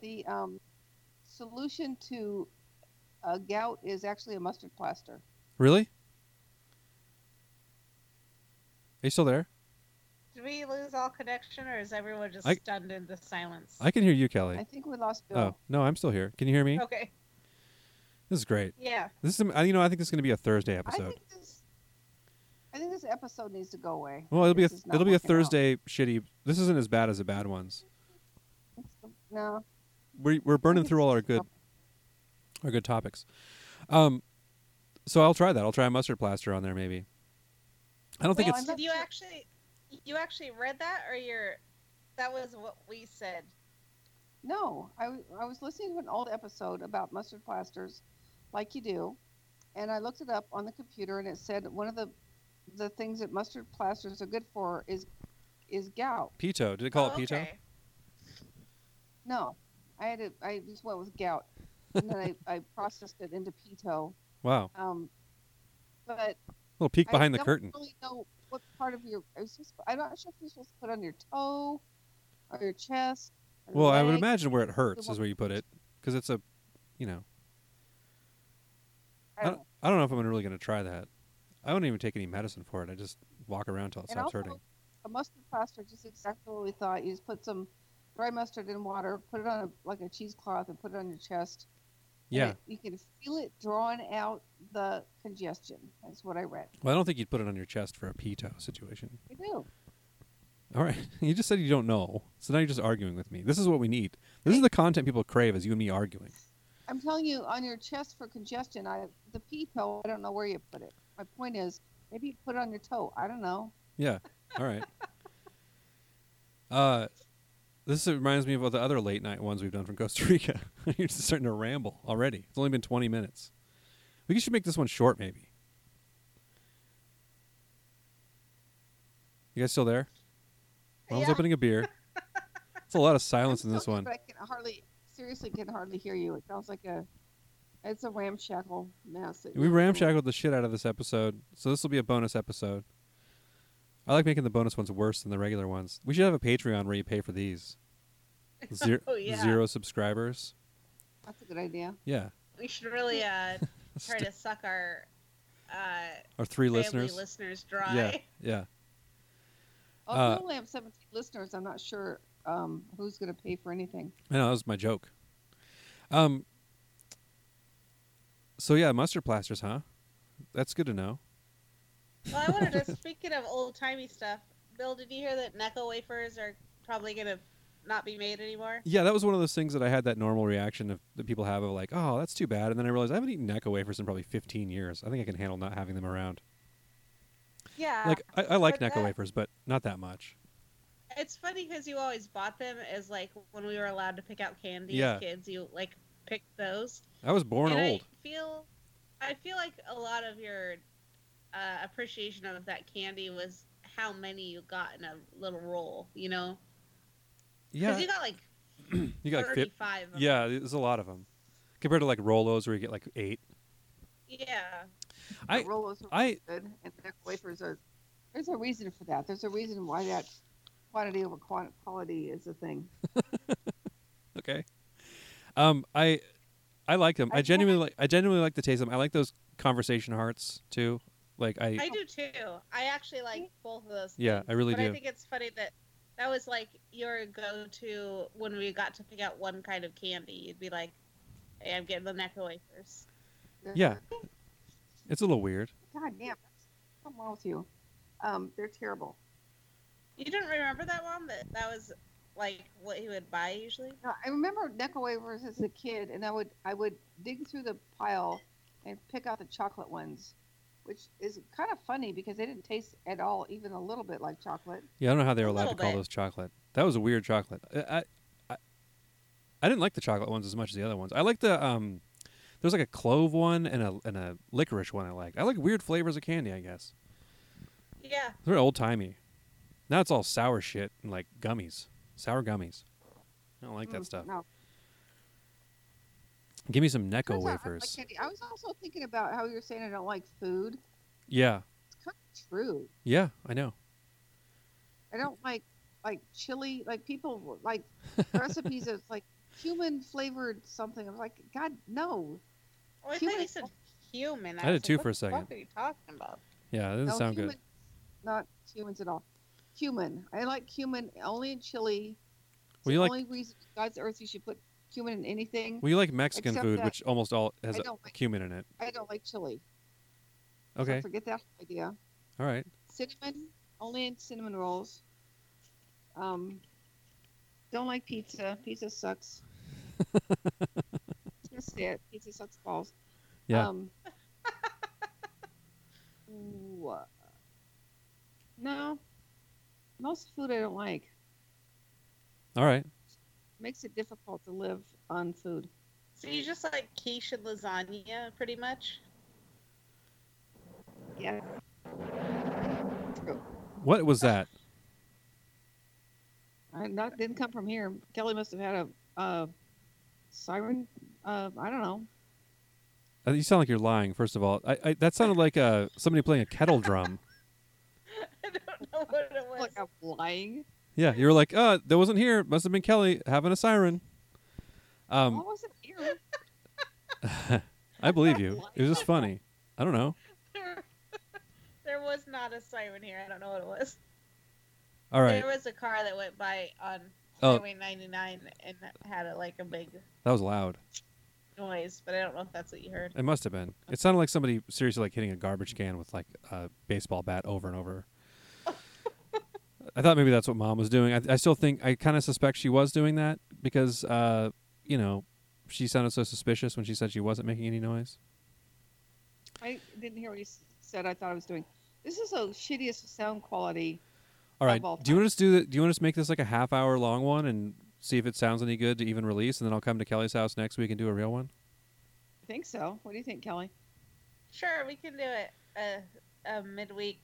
Speaker 2: the um, solution to a gout is actually a mustard plaster.
Speaker 1: Really? Are you still there?
Speaker 3: Did we lose all connection, or is everyone just
Speaker 1: I-
Speaker 3: stunned into silence?
Speaker 1: I can hear you,
Speaker 2: I Oh.
Speaker 1: Kelly.
Speaker 2: think we lost Bill.
Speaker 1: Oh no, I'm still here. Can you hear me?
Speaker 3: okay.
Speaker 1: This is great.
Speaker 3: Yeah.
Speaker 1: This is, I- you know, I think this is going to be a Thursday
Speaker 2: I
Speaker 1: episode.
Speaker 2: think this. I think this episode needs to go away.
Speaker 1: Well, it'll be a,
Speaker 2: This is not
Speaker 1: it'll be a
Speaker 2: working out.
Speaker 1: Thursday shitty. This isn't as bad as the bad ones.
Speaker 2: No.
Speaker 1: We're we're burning
Speaker 2: think
Speaker 1: through
Speaker 2: it's
Speaker 1: all our
Speaker 2: just
Speaker 1: good our good topics. Um, so I'll try that. I'll try a mustard plaster on there maybe. I don't think
Speaker 2: Well,
Speaker 1: it's
Speaker 2: I'm not
Speaker 3: Did you
Speaker 2: sure-
Speaker 3: actually you actually read that, or you're that was what we said?
Speaker 2: No, I, w- I was listening to an old episode about mustard plasters, like you do, and I looked it up on the computer, and it said one of the the things that mustard plasters are good for is is gout.
Speaker 1: pito. Did it call
Speaker 3: Oh,
Speaker 1: it pito?
Speaker 3: okay.
Speaker 2: No, I had it. I just went with gout, and then I, I processed it into pito.
Speaker 1: Wow,
Speaker 2: Um, but
Speaker 1: little peek
Speaker 2: I
Speaker 1: behind the
Speaker 2: don't
Speaker 1: curtain.
Speaker 2: Really know what part of your? I was just, I'm not sure if you're supposed to put it on your toe, or your chest. or your
Speaker 1: Well, I would
Speaker 2: leg.
Speaker 1: imagine where it hurts
Speaker 2: one-
Speaker 1: is where you put it because it's a, you know,
Speaker 2: I don't know.
Speaker 1: I don't know if I'm really going to try that. I wouldn't even take any medicine for it. I just walk around till it
Speaker 2: And
Speaker 1: stops
Speaker 2: also-
Speaker 1: hurting.
Speaker 2: a mustard plaster just exactly what we thought. You just put some dry mustard in water, put it on a, like a cheesecloth, and put it on your chest. and
Speaker 1: Yeah.
Speaker 2: it- you can feel it drawing out the congestion. That's what I read.
Speaker 1: Well, I don't think you'd put it on your chest for a pito situation.
Speaker 2: You do.
Speaker 1: All right. You just said you don't know. So now you're just arguing with me. This is what we need. This is the content people crave is you and me arguing.
Speaker 2: I'm telling you, on your chest for congestion, I the pee pill. I don't know where you put it. My point is, maybe you put it on your toe. I don't know.
Speaker 1: Yeah. All right. Uh this reminds me of the other late night ones we've done from Costa Rica. you're just starting to ramble already. It's only been 20 minutes. We should make this one short maybe. You guys still there? Mom's
Speaker 3: Yeah.
Speaker 1: opening a beer. It's a lot of silence
Speaker 2: I'm
Speaker 1: in this
Speaker 2: telling
Speaker 1: one.
Speaker 2: you, But I can hardly, seriously, can hardly hear you. It sounds like a, it's a ramshackle mess. that
Speaker 1: We
Speaker 2: you're doing.
Speaker 1: ramshackled the shit out of this episode, so this will be a bonus episode. I like making the bonus ones worse than the regular ones. We should have a Patreon where you pay for these. Zero,
Speaker 3: Oh, yeah.
Speaker 1: zero subscribers.
Speaker 2: That's a good idea.
Speaker 1: Yeah.
Speaker 3: We should really uh, try
Speaker 1: St-
Speaker 3: to suck our uh,
Speaker 1: our three
Speaker 3: family
Speaker 1: listeners.
Speaker 3: listeners dry.
Speaker 1: Yeah. Yeah.
Speaker 2: Oh,
Speaker 1: Uh,
Speaker 2: we only have 17 listeners. I'm not sure um, who's going to pay for anything.
Speaker 1: I know that was my joke. Um. So yeah, mustard plasters, huh? That's good to know.
Speaker 3: Well, I wanted to. Speaking of old timey stuff, Bill, did you hear that Necco wafers are probably gonna not be made anymore?
Speaker 1: Yeah, that was one of those things that I had that normal reaction of that people have of like, oh, that's too bad, and then I realized I haven't eaten Necco wafers in probably 15 years. I think I can handle not having them around.
Speaker 3: Yeah.
Speaker 1: Like I, I like
Speaker 3: Uh, but
Speaker 1: Necco
Speaker 3: that-
Speaker 1: wafers, but not that much.
Speaker 3: It's funny because you always bought them as like when we were allowed to pick out candy
Speaker 1: Yeah.
Speaker 3: as kids. You like picked those.
Speaker 1: I was born
Speaker 3: and
Speaker 1: old.
Speaker 3: I feel, I feel like a lot of your uh, appreciation of that candy was how many you got in a little roll. You know,
Speaker 1: yeah,
Speaker 3: because you got like
Speaker 1: you got like fif-
Speaker 3: thirty-five. of them.
Speaker 1: yeah, there's a lot of them compared to like Rolos where you get like eight.
Speaker 3: Yeah.
Speaker 1: I-
Speaker 2: But Rolos are
Speaker 1: I
Speaker 2: good, and neck wafers are. There's a reason for that. There's a reason why that quantity over quan- quality is a thing.
Speaker 1: okay. Um, I I like them. I
Speaker 3: I
Speaker 1: genuinely like. I genuinely like the taste of them. I like those conversation hearts too. Like I,
Speaker 3: I do too. I actually like both of those.
Speaker 1: um, Yeah,
Speaker 3: things.
Speaker 1: I really
Speaker 3: but
Speaker 1: do.
Speaker 3: I think it's funny that that was like your go-to when we got to pick out one kind of candy. You'd be like, "Hey, I'm getting the Necco wafers."
Speaker 1: yeah. It's a little weird.
Speaker 2: God damn, that's something wrong with you. Um, they're terrible.
Speaker 3: You didn't remember that one? That that was like what he would buy usually.
Speaker 2: No, I remember Necco wafers as a kid, and I would I would dig through the pile and pick out the chocolate ones, which is kind of funny because they didn't taste at all, even a little bit like chocolate.
Speaker 1: Yeah, I don't know how they were
Speaker 3: A
Speaker 1: allowed to
Speaker 3: little
Speaker 1: call
Speaker 3: bit.
Speaker 1: those chocolate. That was a weird chocolate. I, I, I, I didn't like the chocolate ones as much as the other ones. I like the um, there's like a clove one and a and a licorice one. I liked. I like weird flavors of candy. I guess
Speaker 3: Yeah,
Speaker 1: they're old timey. Now it's all sour shit and like gummies, sour gummies. I don't like that
Speaker 2: Mm,
Speaker 1: stuff.
Speaker 2: No,
Speaker 1: Give me some Necco
Speaker 2: Turns out I like
Speaker 1: wafers.
Speaker 2: candy. I was also thinking about how you're saying I don't like food.
Speaker 1: Yeah,
Speaker 2: It's kind of true.
Speaker 1: yeah, I know.
Speaker 2: I don't like like chili. Like people like recipes of like human flavored something. I was like, God, no.
Speaker 3: oh, I
Speaker 2: Human-
Speaker 3: thought you said human.
Speaker 1: I did
Speaker 3: was
Speaker 1: too
Speaker 3: like,
Speaker 1: for a
Speaker 3: what the
Speaker 1: second.
Speaker 3: Fuck are you talking about?
Speaker 1: Yeah, it doesn't
Speaker 2: no,
Speaker 1: sound
Speaker 2: human,
Speaker 1: good.
Speaker 2: Not humans at all. Cumin. I like cumin only in chili. It's
Speaker 1: Well, you
Speaker 2: the
Speaker 1: like-
Speaker 2: only reason God's earth you should put cumin in anything.
Speaker 1: Well, you like Mexican
Speaker 2: Except
Speaker 1: food,
Speaker 2: that
Speaker 1: which almost all has
Speaker 2: I
Speaker 1: a-
Speaker 2: don't like-
Speaker 1: cumin in it.
Speaker 2: I don't like chili. so
Speaker 1: Okay,
Speaker 2: forget that idea.
Speaker 1: all right.
Speaker 2: Cinnamon only in cinnamon rolls. Um, don't like pizza. Pizza sucks. Just say it. Pizza sucks balls.
Speaker 1: Yeah.
Speaker 2: Um, ooh, uh, no, most food I don't like.
Speaker 1: All right.
Speaker 2: makes it difficult to live on food.
Speaker 3: So you just like quiche and lasagna, pretty much.
Speaker 2: Yeah. True.
Speaker 1: What was that?
Speaker 2: I not didn't come from here. Kelly must have had a, a siren. Uh, I don't know.
Speaker 1: Uh, You sound like you're lying. First of all, I, I that sounded like uh, somebody playing a kettle drum.
Speaker 3: I don't know what it was.
Speaker 2: Like I'm lying.
Speaker 1: Yeah, you were like, uh, that wasn't here. Must have been Kelly having a siren.
Speaker 2: Um, I
Speaker 1: Um,
Speaker 2: wasn't here.
Speaker 1: I believe you. It was just funny. I don't know.
Speaker 3: there was not a siren here. I don't know what it was.
Speaker 1: All right,
Speaker 3: There was a car that went by on
Speaker 1: Oh.
Speaker 3: Highway 99 and that had a, like a big
Speaker 1: that was loud.
Speaker 3: noise, but I don't know if that's what you heard.
Speaker 1: It must have been. It sounded like somebody seriously like hitting a garbage can with like a baseball bat over and over. I thought maybe that's what mom was doing. I, I still think I kind of suspect she was doing that because uh, you know she sounded so suspicious when she said she wasn't making any noise.
Speaker 2: I didn't hear what you s- said. I thought I was doing. This is the shittiest sound quality.
Speaker 1: All right.
Speaker 2: Of all
Speaker 1: Do you want us to do? The, do you want us to make this like a half hour long one and see if it sounds any good to even release, and then I'll come to Kelly's house next week and do a real one.
Speaker 2: I think so. What do you think, Kelly?
Speaker 3: Sure, we can do it a, a midweek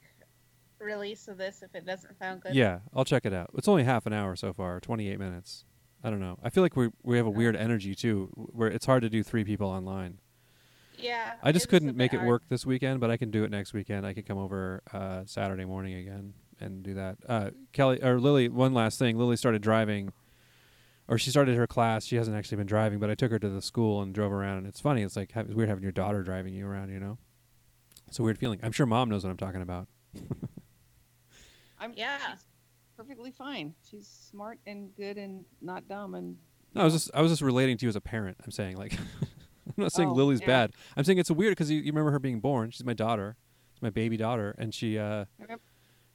Speaker 3: release of this if it doesn't sound good.
Speaker 1: Yeah, I'll check it out. It's only half an hour so far, twenty eight minutes. I don't know. I feel like we we have a weird energy too, where it's hard to do three people online.
Speaker 3: Yeah.
Speaker 1: I just
Speaker 3: it is a
Speaker 1: couldn't
Speaker 3: bit
Speaker 1: make it
Speaker 3: hard.
Speaker 1: work this weekend, but I can do it next weekend. I can come over uh, Saturday morning again and do that. Uh, Kelly or Lily, one last thing. Lily started driving, or she started her class. She hasn't actually been driving, but I took her to the school and drove around. And it's funny. It's like ha- it's weird having your daughter driving you around. You know, it's a weird feeling. I'm sure mom knows what I'm talking about.
Speaker 2: I'm
Speaker 3: Yeah.
Speaker 2: she's perfectly fine. She's smart and good and not dumb and.
Speaker 1: No, I was just I was just relating to you as a parent. I'm saying like I'm not saying
Speaker 2: Oh,
Speaker 1: Lily's
Speaker 2: yeah.
Speaker 1: bad. I'm saying it's a weird because you, you remember her being born. She's my daughter. She's my baby daughter, and she uh,
Speaker 2: remem-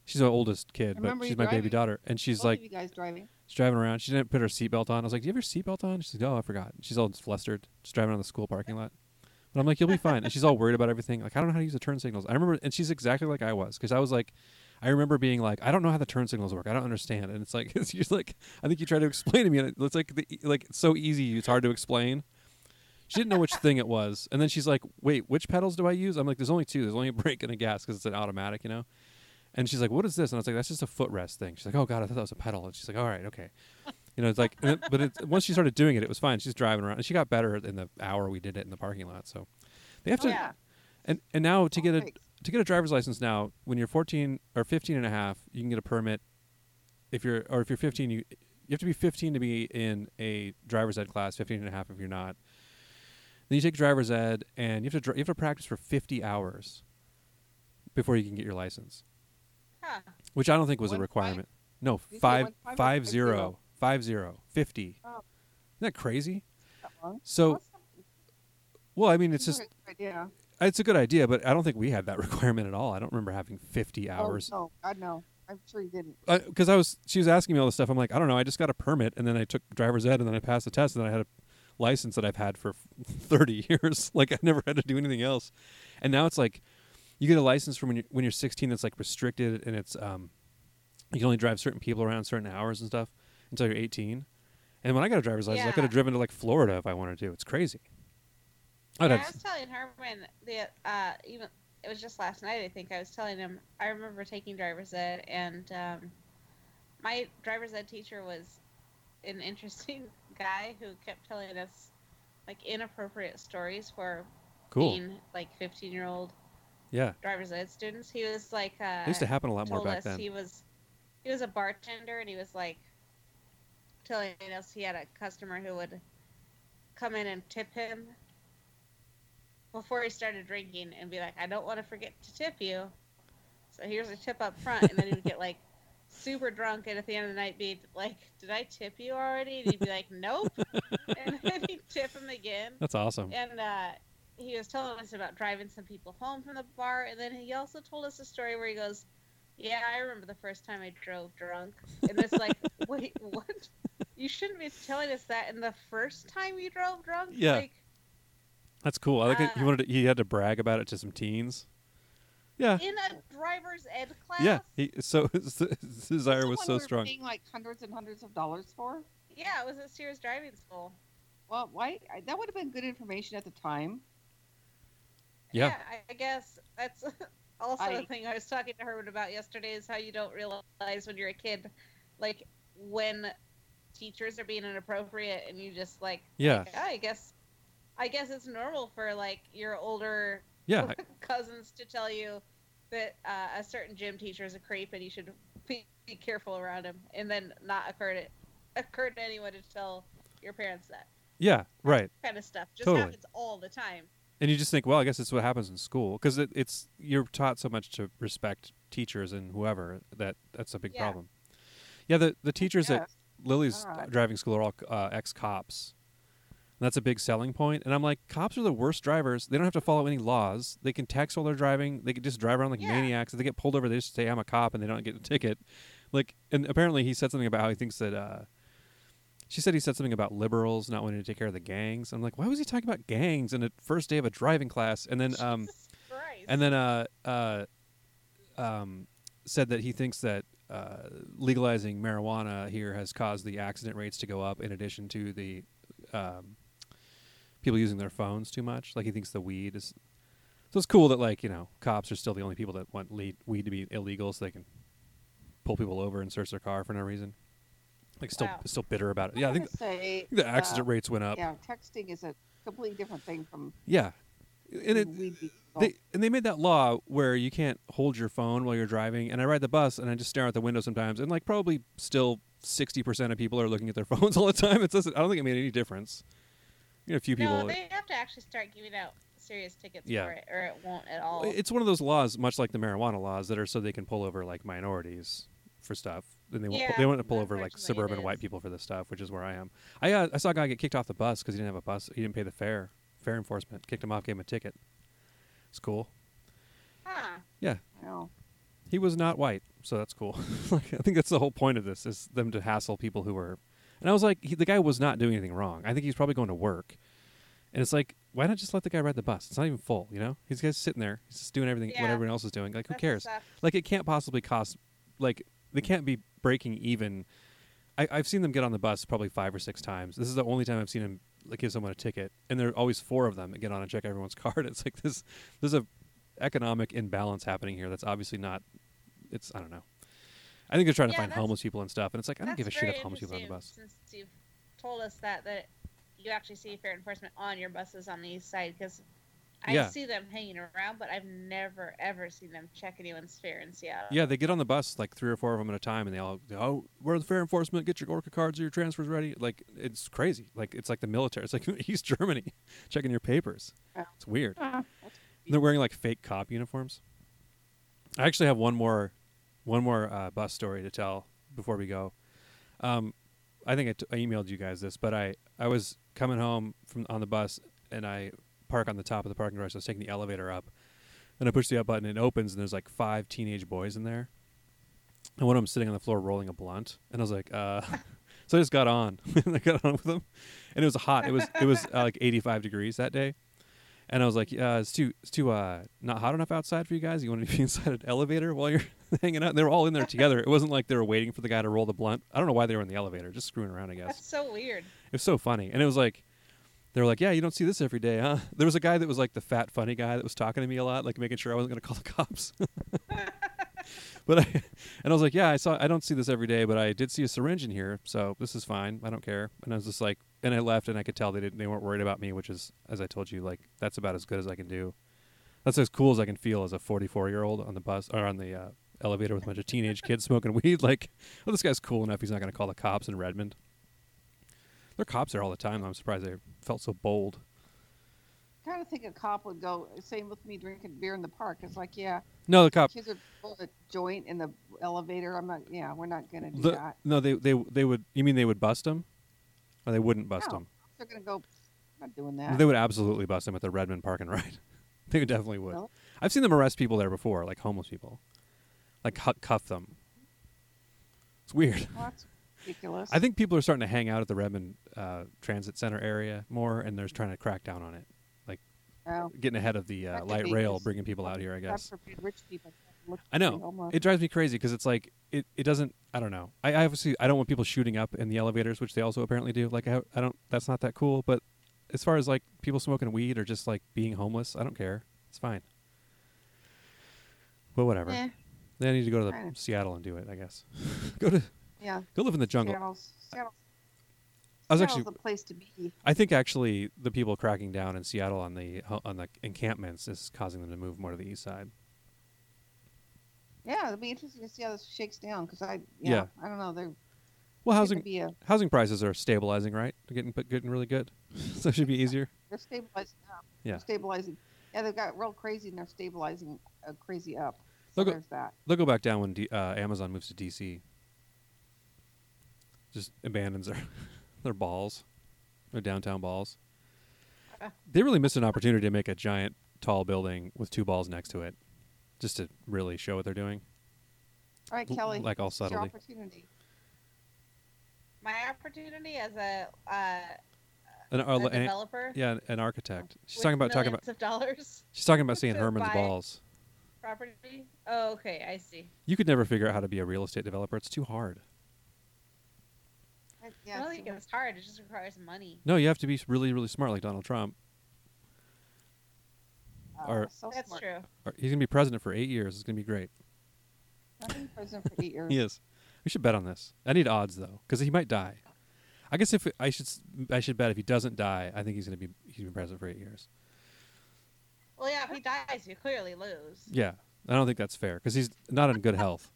Speaker 1: she's my oldest
Speaker 2: I
Speaker 1: kid, but
Speaker 2: remember you
Speaker 1: she's my baby
Speaker 2: driving. Oh,
Speaker 1: daughter, and she's
Speaker 2: Both
Speaker 1: like
Speaker 2: of you guys driving.
Speaker 1: she's driving around. She didn't put her seatbelt on. I was like, "Do you have your seatbelt on?" She's like, "Oh, I forgot." She's all flustered, just driving on the school parking lot. But I'm like, "You'll be fine." And she's all worried about everything. Like, I don't know how to use the turn signals. I remember, and she's exactly like I was because I was like, I remember being like, "I don't know how the turn signals work. I don't understand." And it's like, it's just like, I think you try to explain to me, and it- it's like, the, e- like it's so easy, it's hard to explain. She didn't know which thing it was, and then she's like, "Wait, which pedals do I use?" I'm like, "There's only two. There's only a brake and a gas because it's an automatic, you know." And she's like, "What is this?" And I was like, "That's just a footrest thing." She's like, "Oh God, I thought that was a pedal." And she's like, "All right, okay." You know, it's like, and it- but it's, once she started doing it, it was fine. She's driving around, and she got better in the hour we did it in the parking lot. So they
Speaker 2: Oh,
Speaker 1: have to,
Speaker 3: Oh, Yeah.
Speaker 1: and and now to get a
Speaker 2: Perfect.
Speaker 1: to get a driver's license now, when you're 14 or 15 and a half, you can get a permit. If you're or if you're 15, you you have to be 15 to be in a driver's ed class, 15 and a half if you're not. Then you take driver's ed, and you have to dri- you have to practice for 50 hours before you can get your license,
Speaker 3: Huh.
Speaker 1: which I don't think was
Speaker 2: One
Speaker 1: a
Speaker 2: five?
Speaker 1: requirement. No,
Speaker 2: You said
Speaker 1: five
Speaker 2: one five or
Speaker 1: five
Speaker 2: five
Speaker 1: zero
Speaker 2: zero?
Speaker 1: five zero 50.
Speaker 2: Oh.
Speaker 1: Isn't that crazy?
Speaker 2: That long.
Speaker 1: So,
Speaker 2: Awesome.
Speaker 1: well, I mean, oh, it's just
Speaker 2: yeah.
Speaker 1: it's a good idea, but I don't think we had that requirement at all. I don't remember having 50 hours.
Speaker 2: Oh, no, God no. I'm sure you didn't.
Speaker 1: because I was she was asking me all this stuff. I'm like, I don't know. I just got a permit, and then I took driver's ed, and then I passed the test, and then I had a license that I've had for 30 years. like I never had to do anything else. And now it's like you get a license from when you're when you're 16 that's like restricted, and it's um you can only drive certain people around certain hours and stuff until you're 18. And when I got a driver's license, I
Speaker 3: Yeah.
Speaker 1: could have driven to like Florida if I wanted to. It's crazy. I'd
Speaker 3: Yeah, I
Speaker 1: have-
Speaker 3: was telling Herman the uh, even it was just last night. I think I was telling him I remember taking driver's ed, and um, my driver's ed teacher was an interesting guy who kept telling us like inappropriate stories for
Speaker 1: cool.
Speaker 3: teen, like fifteen year old
Speaker 1: Yeah,
Speaker 3: driver's ed students. He was like uh,
Speaker 1: it used to happen a lot more
Speaker 3: told
Speaker 1: back
Speaker 3: us
Speaker 1: then.
Speaker 3: he was he was a bartender and he was like telling us he had a customer who would come in and tip him before he started drinking and be like, I don't want to forget to tip you. So here's a tip up front and then he would get like super drunk and at the end of the night be like, Did I tip you already? And he'd be like, Nope and then he'd tip him again.
Speaker 1: That's awesome.
Speaker 3: And uh, he was telling us about driving some people home from the bar, and then he also told us a story where he goes, "Yeah, I remember the first time I drove drunk." And it's like, wait, what? You shouldn't be telling us that. And the first time you drove drunk,
Speaker 1: Yeah.
Speaker 3: Like,
Speaker 1: That's cool. I like that he
Speaker 3: Uh,
Speaker 1: wanted to, he had to brag about it to some teens. Yeah,
Speaker 3: in a driver's ed class.
Speaker 1: yeah. He so his, his desire
Speaker 2: That's the
Speaker 1: was
Speaker 2: one
Speaker 1: so
Speaker 2: we were
Speaker 1: strong.
Speaker 2: Paying like hundreds and hundreds of dollars for.
Speaker 3: Yeah, it was at Sears Driving School.
Speaker 2: Well, why? I- That would have been good information at the time.
Speaker 1: Yeah.
Speaker 3: I- I guess that's also
Speaker 2: I-
Speaker 3: the thing I was talking to Herman about yesterday is how you don't realize when you're a kid, like when teachers are being inappropriate, and you just like,
Speaker 1: Yeah,
Speaker 3: "Oh, I guess, I guess it's normal for like your older
Speaker 1: yeah. I-
Speaker 3: cousins to tell you that uh, a certain gym teacher is a creep and you should be, be careful around him, and then not occur to occur to anyone to tell your parents that
Speaker 1: Yeah, right.
Speaker 3: kind of stuff just
Speaker 1: Totally.
Speaker 3: happens all the time.
Speaker 1: And you just think, well, I guess it's what happens in school because it, it's you're taught so much to respect teachers and whoever that that's a big
Speaker 3: Yeah.
Speaker 1: problem. Yeah, the the teachers at
Speaker 2: Yes.
Speaker 1: Lily's
Speaker 2: God.
Speaker 1: driving school are all uh, ex cops. And that's a big selling point. And I'm like, cops are the worst drivers. They don't have to follow any laws. They can text while they're driving. They can just drive around like
Speaker 3: Yeah.
Speaker 1: maniacs. If they get pulled over, they just say, I'm a cop, and they don't get a ticket. Like, and apparently he said something about how he thinks that, uh, she said he said something about liberals not wanting to take care of the gangs. I'm like, why was he talking about gangs in the first day of a driving class? And then, um,
Speaker 3: Jesus Christ.
Speaker 1: and then uh, uh, um, said that he thinks that uh, legalizing marijuana here has caused the accident rates to go up, in addition to the um, people using their phones too much. Like he thinks the weed is. So it's cool that like you know cops are still the only people that want lead, weed to be illegal, so they can pull people over and search their car for no reason. Like still
Speaker 3: Wow.
Speaker 1: still bitter about it. Yeah, I think
Speaker 2: to say
Speaker 1: the accident rates went up.
Speaker 2: Yeah, texting is a completely different thing from
Speaker 1: Yeah, and it,
Speaker 2: we'd be.
Speaker 3: Oh.
Speaker 1: They, and they made that law where you can't hold your phone while you're driving. And I ride the bus and I just stare out the window sometimes. And like probably still sixty percent of people are looking at their phones all the time. It doesn't. I don't think it made any difference. You know, a few people.
Speaker 3: No, they have to actually start giving out serious tickets
Speaker 1: Yeah.
Speaker 3: for it, or it won't at all.
Speaker 1: uh, it's one of those laws, much like the marijuana laws, that are so they can pull over like minorities for stuff. And they won't.
Speaker 3: Yeah,
Speaker 1: they want to pull over like
Speaker 3: unfortunately it
Speaker 1: suburban white
Speaker 3: is.
Speaker 1: people for this stuff, which is where I am. I uh, I saw a guy get kicked off the bus because he didn't have a bus. He didn't pay the fare. Fare enforcement kicked him off, gave him a ticket. It's cool.
Speaker 3: huh.
Speaker 2: No,
Speaker 1: he was not white, so that's cool. like, I think that's the whole point of this is them to hassle people who are. And I was like, he, the guy was not doing anything wrong. I think he's probably going to work. And it's like, why not just let the guy ride the bus? It's not even full, you know. He's guys sitting there. He's just doing everything what
Speaker 3: Yeah.
Speaker 1: everyone else is doing. Like, who
Speaker 3: That's
Speaker 1: cares?
Speaker 3: stuff.
Speaker 1: Like, it can't possibly cost. Like, they can't be breaking even. I, I've seen them get on the bus probably five or six times. This is the only time I've seen him like give someone a ticket, and there are always four of them that get on and check everyone's card. It's like this. There's a economic imbalance happening here that's obviously not it's I don't know. I think they're trying to
Speaker 3: Yeah,
Speaker 1: find
Speaker 3: that's-
Speaker 1: homeless people and stuff, and it's like I don't
Speaker 3: That's
Speaker 1: give a shit
Speaker 3: very
Speaker 1: if homeless people are on the bus.
Speaker 3: interesting, Since you've told us that that you actually see fair enforcement on your buses on the east side, because I
Speaker 1: Yeah.
Speaker 3: see them hanging around, but I've never ever seen them check anyone's fare in Seattle.
Speaker 1: Yeah, they get on the bus like three or four of them at a time, and they all go, "Oh, we're the fair enforcement. Get your Orca cards or your transfers ready." Like it's crazy. Like it's like the military. It's like East Germany checking your papers.
Speaker 2: Yeah.
Speaker 1: It's weird.
Speaker 4: Uh,
Speaker 1: And they're wearing like fake cop uniforms. I actually have one more, one more uh, bus story to tell before we go. Um, I think I, t- I emailed you guys this, but I I was coming home from on the bus and I park on the top of the parking garage. So I was taking the elevator up, and I push the up button. It opens and there's like five teenage boys in there, and one of them sitting on the floor rolling a blunt. And I was like, uh, so I just got on. and I got on with them, and it was hot. It was it was uh, like 85 degrees that day, and I was like, uh, it's too it's too uh not hot enough outside for you guys. You want to be inside an elevator while you're hanging out? And they were all in there together. It wasn't like they were waiting for the guy to roll the blunt. I don't know why they were in the elevator, just screwing around, I guess.
Speaker 3: That's so weird.
Speaker 1: It was so funny. And it was like, they were like, yeah, you don't see this every day, huh? There was a guy that was like the fat, funny guy that was talking to me a lot, like making sure I wasn't going to call the cops. but I, and I was like, yeah, I saw, I don't see this every day, but I did see a syringe in here. So this is fine. I don't care. And I was just like, and I left and I could tell they didn't, they weren't worried about me, which is, as I told you, like, that's about as good as I can do. That's as cool as I can feel as a 44 year old on the bus or on the uh, elevator with a bunch of teenage kids smoking weed. Like, well, this guy's cool enough. He's not going to call the cops in Redmond. They're cops there all the time. I'm surprised they felt so bold.
Speaker 2: kind of think a cop would go. Same with me drinking beer in the park. It's like, yeah,
Speaker 1: No, the cop.
Speaker 2: kids are pulling a joint in the elevator. I'm not. Yeah, we're not gonna do
Speaker 1: The,
Speaker 2: that.
Speaker 1: no, they they they would. You mean they would bust him, or they wouldn't bust
Speaker 2: No,
Speaker 1: him?
Speaker 2: They're gonna go. I'm not doing that.
Speaker 1: They would absolutely bust him at the Redmond Park and Ride. they definitely would.
Speaker 2: Really?
Speaker 1: I've seen them arrest people there before, like homeless people, like hu- cuff them. It's weird.
Speaker 2: Well, that's ridiculous.
Speaker 1: I think people are starting to hang out at the Redmond uh, Transit Center area more, and they're trying to crack down on it,
Speaker 2: Well,
Speaker 1: getting ahead of the uh,
Speaker 2: That could
Speaker 1: light
Speaker 2: be
Speaker 1: rail,
Speaker 2: just-
Speaker 1: bringing people out here. I
Speaker 2: that's
Speaker 1: guess.
Speaker 2: for rich people. Look
Speaker 1: I know.
Speaker 2: pretty homeless.
Speaker 1: it drives me crazy because it's like it, it doesn't i don't know I, I obviously i don't want people shooting up in the elevators which they also apparently do like I, I don't that's not that cool but as far as like people smoking weed or just like being homeless i don't care it's fine but whatever
Speaker 2: Eh,
Speaker 1: then i need to go to the
Speaker 2: Kinda.
Speaker 1: seattle and do it i guess go to
Speaker 2: yeah.
Speaker 1: go live in the jungle
Speaker 2: Seattle's, Seattle's,
Speaker 1: I was
Speaker 2: Seattle's
Speaker 1: actually-
Speaker 2: the place to be.
Speaker 1: i think actually the people cracking down in seattle on the on the encampments is causing them to move more to the east side
Speaker 2: Yeah, it'll be interesting to see how this shakes down because I yeah,
Speaker 1: Yeah.
Speaker 2: I don't know. They're
Speaker 1: well
Speaker 2: it
Speaker 1: housing
Speaker 2: could be a
Speaker 1: housing prices are stabilizing right they're getting but getting really good so it should be easier
Speaker 2: they're stabilizing up.
Speaker 1: Yeah.
Speaker 2: They're stabilizing. Yeah, they've got real crazy and they're stabilizing uh, crazy up. So
Speaker 1: Look at-
Speaker 2: there's that.
Speaker 1: They'll go back down when D- uh, Amazon moves to DC. Just abandons their their balls, their downtown balls. They really missed an opportunity to make a giant, tall building with two balls next to it, just to really show what they're doing.
Speaker 2: All right,
Speaker 1: L-
Speaker 2: Kelly.
Speaker 1: like all
Speaker 2: this is your
Speaker 1: subtly.
Speaker 2: opportunity.
Speaker 3: My opportunity as a, uh,
Speaker 1: An,
Speaker 3: a
Speaker 1: uh, an-
Speaker 3: developer. Oh,
Speaker 1: yeah, an architect. She's
Speaker 3: with
Speaker 1: talking about talking about
Speaker 3: millions of dollars
Speaker 1: she's talking about seeing
Speaker 3: to
Speaker 1: Herman's
Speaker 3: buy-
Speaker 1: balls.
Speaker 3: property. Oh, okay, I see.
Speaker 1: You could never figure out how to be a real estate developer. It's too hard.
Speaker 2: Right, Uh,
Speaker 3: I
Speaker 2: Yeah,
Speaker 3: don't think
Speaker 2: so-
Speaker 3: it's hard. It just requires money.
Speaker 1: No, you have to be really, really smart, like Donald Trump.
Speaker 2: uh,
Speaker 1: or-
Speaker 2: so
Speaker 3: That's
Speaker 2: smart.
Speaker 3: true.
Speaker 1: Or- He's gonna be president for eight years. It's gonna be great.
Speaker 2: I've been in prison for eight years.
Speaker 1: He is. We should bet on this. I need odds though, because he might die. I guess if I should, s- I should bet if he doesn't die, I think he's gonna be he's been president for eight years.
Speaker 3: Well, yeah, if he dies, you clearly lose.
Speaker 1: Yeah, I don't think that's fair because he's not in good health.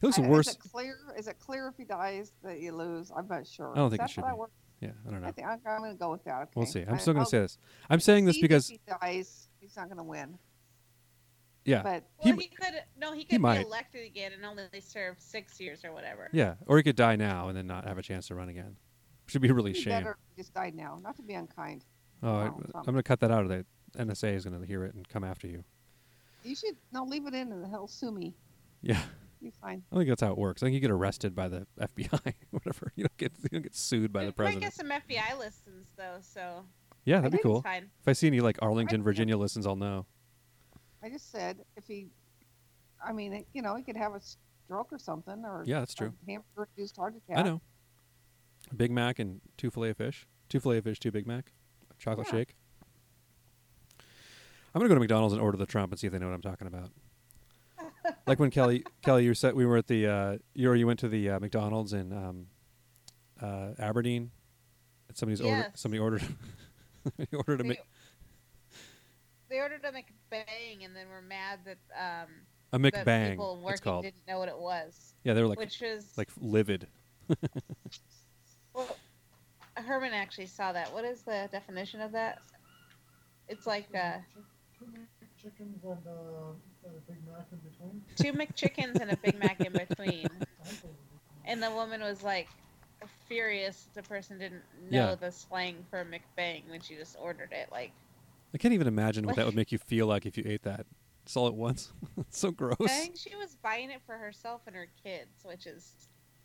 Speaker 1: He looks
Speaker 2: I- Is
Speaker 1: worse.
Speaker 2: it clear? Is it clear if he dies that you lose? I'm not sure.
Speaker 1: don't
Speaker 2: Is
Speaker 1: think it
Speaker 2: that
Speaker 1: should
Speaker 2: how that
Speaker 1: be.
Speaker 2: works?
Speaker 1: Yeah, I don't
Speaker 2: I
Speaker 1: know.
Speaker 2: think I'm, I'm going to go with that. Okay.
Speaker 1: We'll see.
Speaker 2: I-
Speaker 1: I'm still gonna
Speaker 2: I'll
Speaker 1: say this. I'm saying this
Speaker 2: concede if
Speaker 1: because
Speaker 2: he dies, he's not going to win.
Speaker 1: yeah,
Speaker 2: But
Speaker 1: He
Speaker 3: Well,
Speaker 1: m-
Speaker 3: he, could no, he could be
Speaker 1: might.
Speaker 3: elected again and only serve six years or whatever.
Speaker 1: yeah, or he could die now and then not have a chance to run again. Should be a really
Speaker 2: he
Speaker 1: shame.
Speaker 2: better just died now. Not to be unkind.
Speaker 1: Oh, I,
Speaker 2: Donald
Speaker 1: I'm
Speaker 2: Trump.
Speaker 1: gonna cut that out of that. NSA is gonna hear it and come after you.
Speaker 2: You should no leave it in and he'll sue me.
Speaker 1: Yeah.
Speaker 2: You're fine.
Speaker 1: I think that's how it works. I think you get arrested by the FBI, whatever. You don't get you don't get sued by
Speaker 3: We
Speaker 1: the
Speaker 3: might
Speaker 1: president.
Speaker 3: get some FBI listens though, so
Speaker 1: Yeah,
Speaker 3: I
Speaker 1: that'd
Speaker 3: think
Speaker 1: be
Speaker 3: it's
Speaker 1: cool.
Speaker 3: Fine.
Speaker 1: If I see any like Arlington,
Speaker 2: yeah.
Speaker 1: Virginia listens, I'll know.
Speaker 2: I just said if he, I mean, it, you know, he could have a stroke or something, or
Speaker 1: Yeah, that's true.
Speaker 2: Hamster induced heart attack.
Speaker 1: I know. A Big Mac and two fillet of fish. Two fillet of fish, two Big Mac, a chocolate
Speaker 2: Yeah.
Speaker 1: shake. I'm gonna go to McDonald's and order the Trump and see if they know what I'm talking about. like when Kelly, Kelly, you said we were at the uh, you or you went to the uh, McDonald's in um, uh, Aberdeen. And somebody's ordered
Speaker 3: Yes.
Speaker 1: somebody ordered somebody ordered a
Speaker 3: They,
Speaker 1: Mc-
Speaker 3: they a McBang, and then we're mad that um
Speaker 1: A
Speaker 3: that
Speaker 1: McBang.
Speaker 3: people
Speaker 1: It's
Speaker 3: working
Speaker 1: called.
Speaker 3: didn't know what it was,
Speaker 1: Yeah, they were like
Speaker 3: which is
Speaker 1: like livid.
Speaker 3: well, Herman actually saw that. What is the definition of that? It's like uh,
Speaker 4: Chickens and, uh, and a Big Mac in between.
Speaker 3: two McChickens and a Big Mac in between.
Speaker 4: I think it would be fine.
Speaker 3: And the woman was like furious that the person didn't know
Speaker 1: Yeah.
Speaker 3: the slang for McBang when she just ordered it. Like,
Speaker 1: I can't even imagine what that would
Speaker 3: Like-
Speaker 1: make you feel like if you ate that. Just all at once. it's so gross.
Speaker 3: I think she was buying it for herself and her kids, which is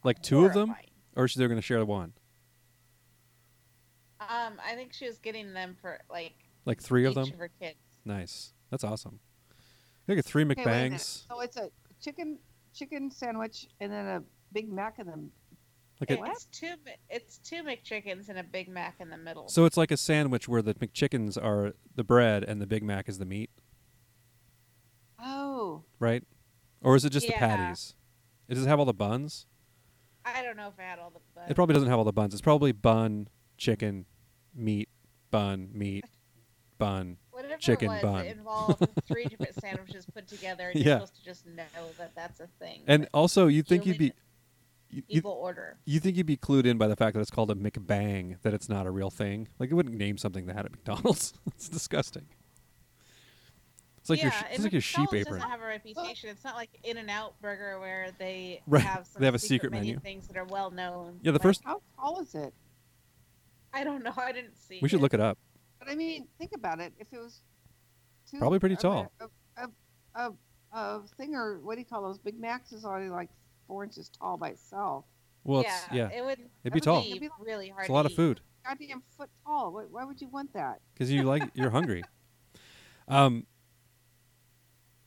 Speaker 1: Like two of them?
Speaker 3: horrifying.
Speaker 1: Or is they going to share one?
Speaker 3: Um, I think she was getting them for like
Speaker 1: Like three of
Speaker 3: each
Speaker 1: them?
Speaker 3: of her kids.
Speaker 1: Nice. That's awesome. Look at three
Speaker 2: Hey, wait a minute.
Speaker 1: McBangs.
Speaker 2: So it's a chicken chicken sandwich and then a Big Mac and then
Speaker 1: Like
Speaker 2: Hey,
Speaker 1: a,
Speaker 2: what?
Speaker 3: It's two. Mi- It's two McChickens and a Big Mac in the middle.
Speaker 1: so it's like a sandwich where the McChickens are the bread and the Big Mac is the meat,
Speaker 2: oh
Speaker 1: right? Or is it just
Speaker 3: Yeah.
Speaker 1: the patties? It does it have all the buns?
Speaker 3: I don't know if I had all the.
Speaker 2: Uh,
Speaker 3: Buns.
Speaker 1: It probably doesn't have all the buns. It's probably bun, chicken, meat, bun, meat, bun.
Speaker 3: Whatever
Speaker 1: chicken
Speaker 3: it was,
Speaker 1: bun.
Speaker 3: It involved three different sandwiches put together, and
Speaker 1: Yeah.
Speaker 3: you're supposed to just know that that's a thing.
Speaker 1: And
Speaker 3: that
Speaker 1: also, you think you'd be
Speaker 3: Human
Speaker 1: you, you,
Speaker 3: people order.
Speaker 1: you think you'd be clued in by the fact that it's called a McBang, that it's not a real thing. Like you wouldn't name something that at McDonald's. it's disgusting. It's like
Speaker 3: yeah,
Speaker 1: your sh-
Speaker 3: and
Speaker 1: it's like your sheep
Speaker 3: McDonald's
Speaker 1: apron.
Speaker 3: doesn't have a reputation. It's not like In and Out Burger where they
Speaker 1: Right.
Speaker 3: have some
Speaker 1: They have a
Speaker 3: secret,
Speaker 1: secret
Speaker 3: menu,
Speaker 1: menu.
Speaker 3: things that are well known.
Speaker 1: Yeah, the
Speaker 3: Like,
Speaker 1: first-
Speaker 2: how tall is it?
Speaker 3: I don't know. I didn't see.
Speaker 1: We should look it up.
Speaker 2: But I mean, think about it. If it was two,
Speaker 1: Probably pretty
Speaker 2: a-
Speaker 1: tall.
Speaker 2: A, a, a, a thing or what do you call those? Big Macs is already like four inches tall by itself.
Speaker 1: Well,
Speaker 3: yeah,
Speaker 1: it's, yeah,
Speaker 3: it would.
Speaker 1: it'd be tall.
Speaker 2: It'd be like-
Speaker 3: really hard.
Speaker 1: It's a lot
Speaker 3: to
Speaker 1: of
Speaker 3: eat.
Speaker 1: food
Speaker 2: Goddamn foot tall. Why, why would you want that?
Speaker 1: because you like you're hungry. Um.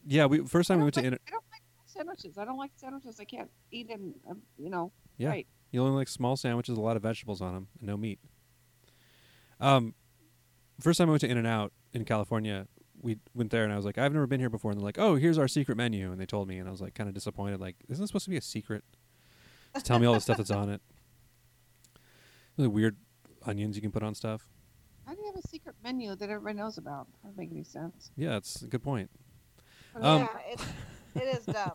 Speaker 1: Yeah, we first time we
Speaker 2: I don't
Speaker 1: went to
Speaker 2: like-
Speaker 1: inter-
Speaker 2: I don't like sandwiches. I don't like sandwiches. I can't eat them. um, You know.
Speaker 1: Yeah.
Speaker 2: Right.
Speaker 1: You only like small sandwiches, a lot of vegetables on them, and no meat. Um, first time I went to In and Out in California, we went there and I was like, I've never been here before, and they're like, Oh, here's our secret menu, and they told me, and I was like, kind of disappointed, like, isn't this supposed to be a secret? Just tell me all the stuff that's on it. Really weird onions you can put on stuff.
Speaker 2: How do you have a secret menu that everybody knows about? That doesn't make any sense.
Speaker 1: Yeah, that's a good point. Um,
Speaker 3: Yeah, it's, it is dumb.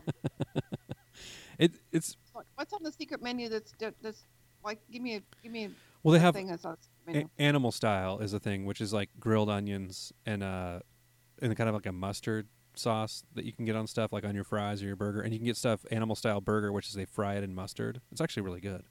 Speaker 1: It it's
Speaker 2: What- What's on the secret menu that's di- that's like give me a give me a
Speaker 1: well they have
Speaker 2: thing that's on the secret
Speaker 1: a-
Speaker 2: menu.
Speaker 1: animal style is a thing, which is like grilled onions and uh and kind of like a mustard sauce that you can get on stuff like on your fries or your burger, and you can get stuff animal style burger, which is they fry it in mustard. It's actually really good.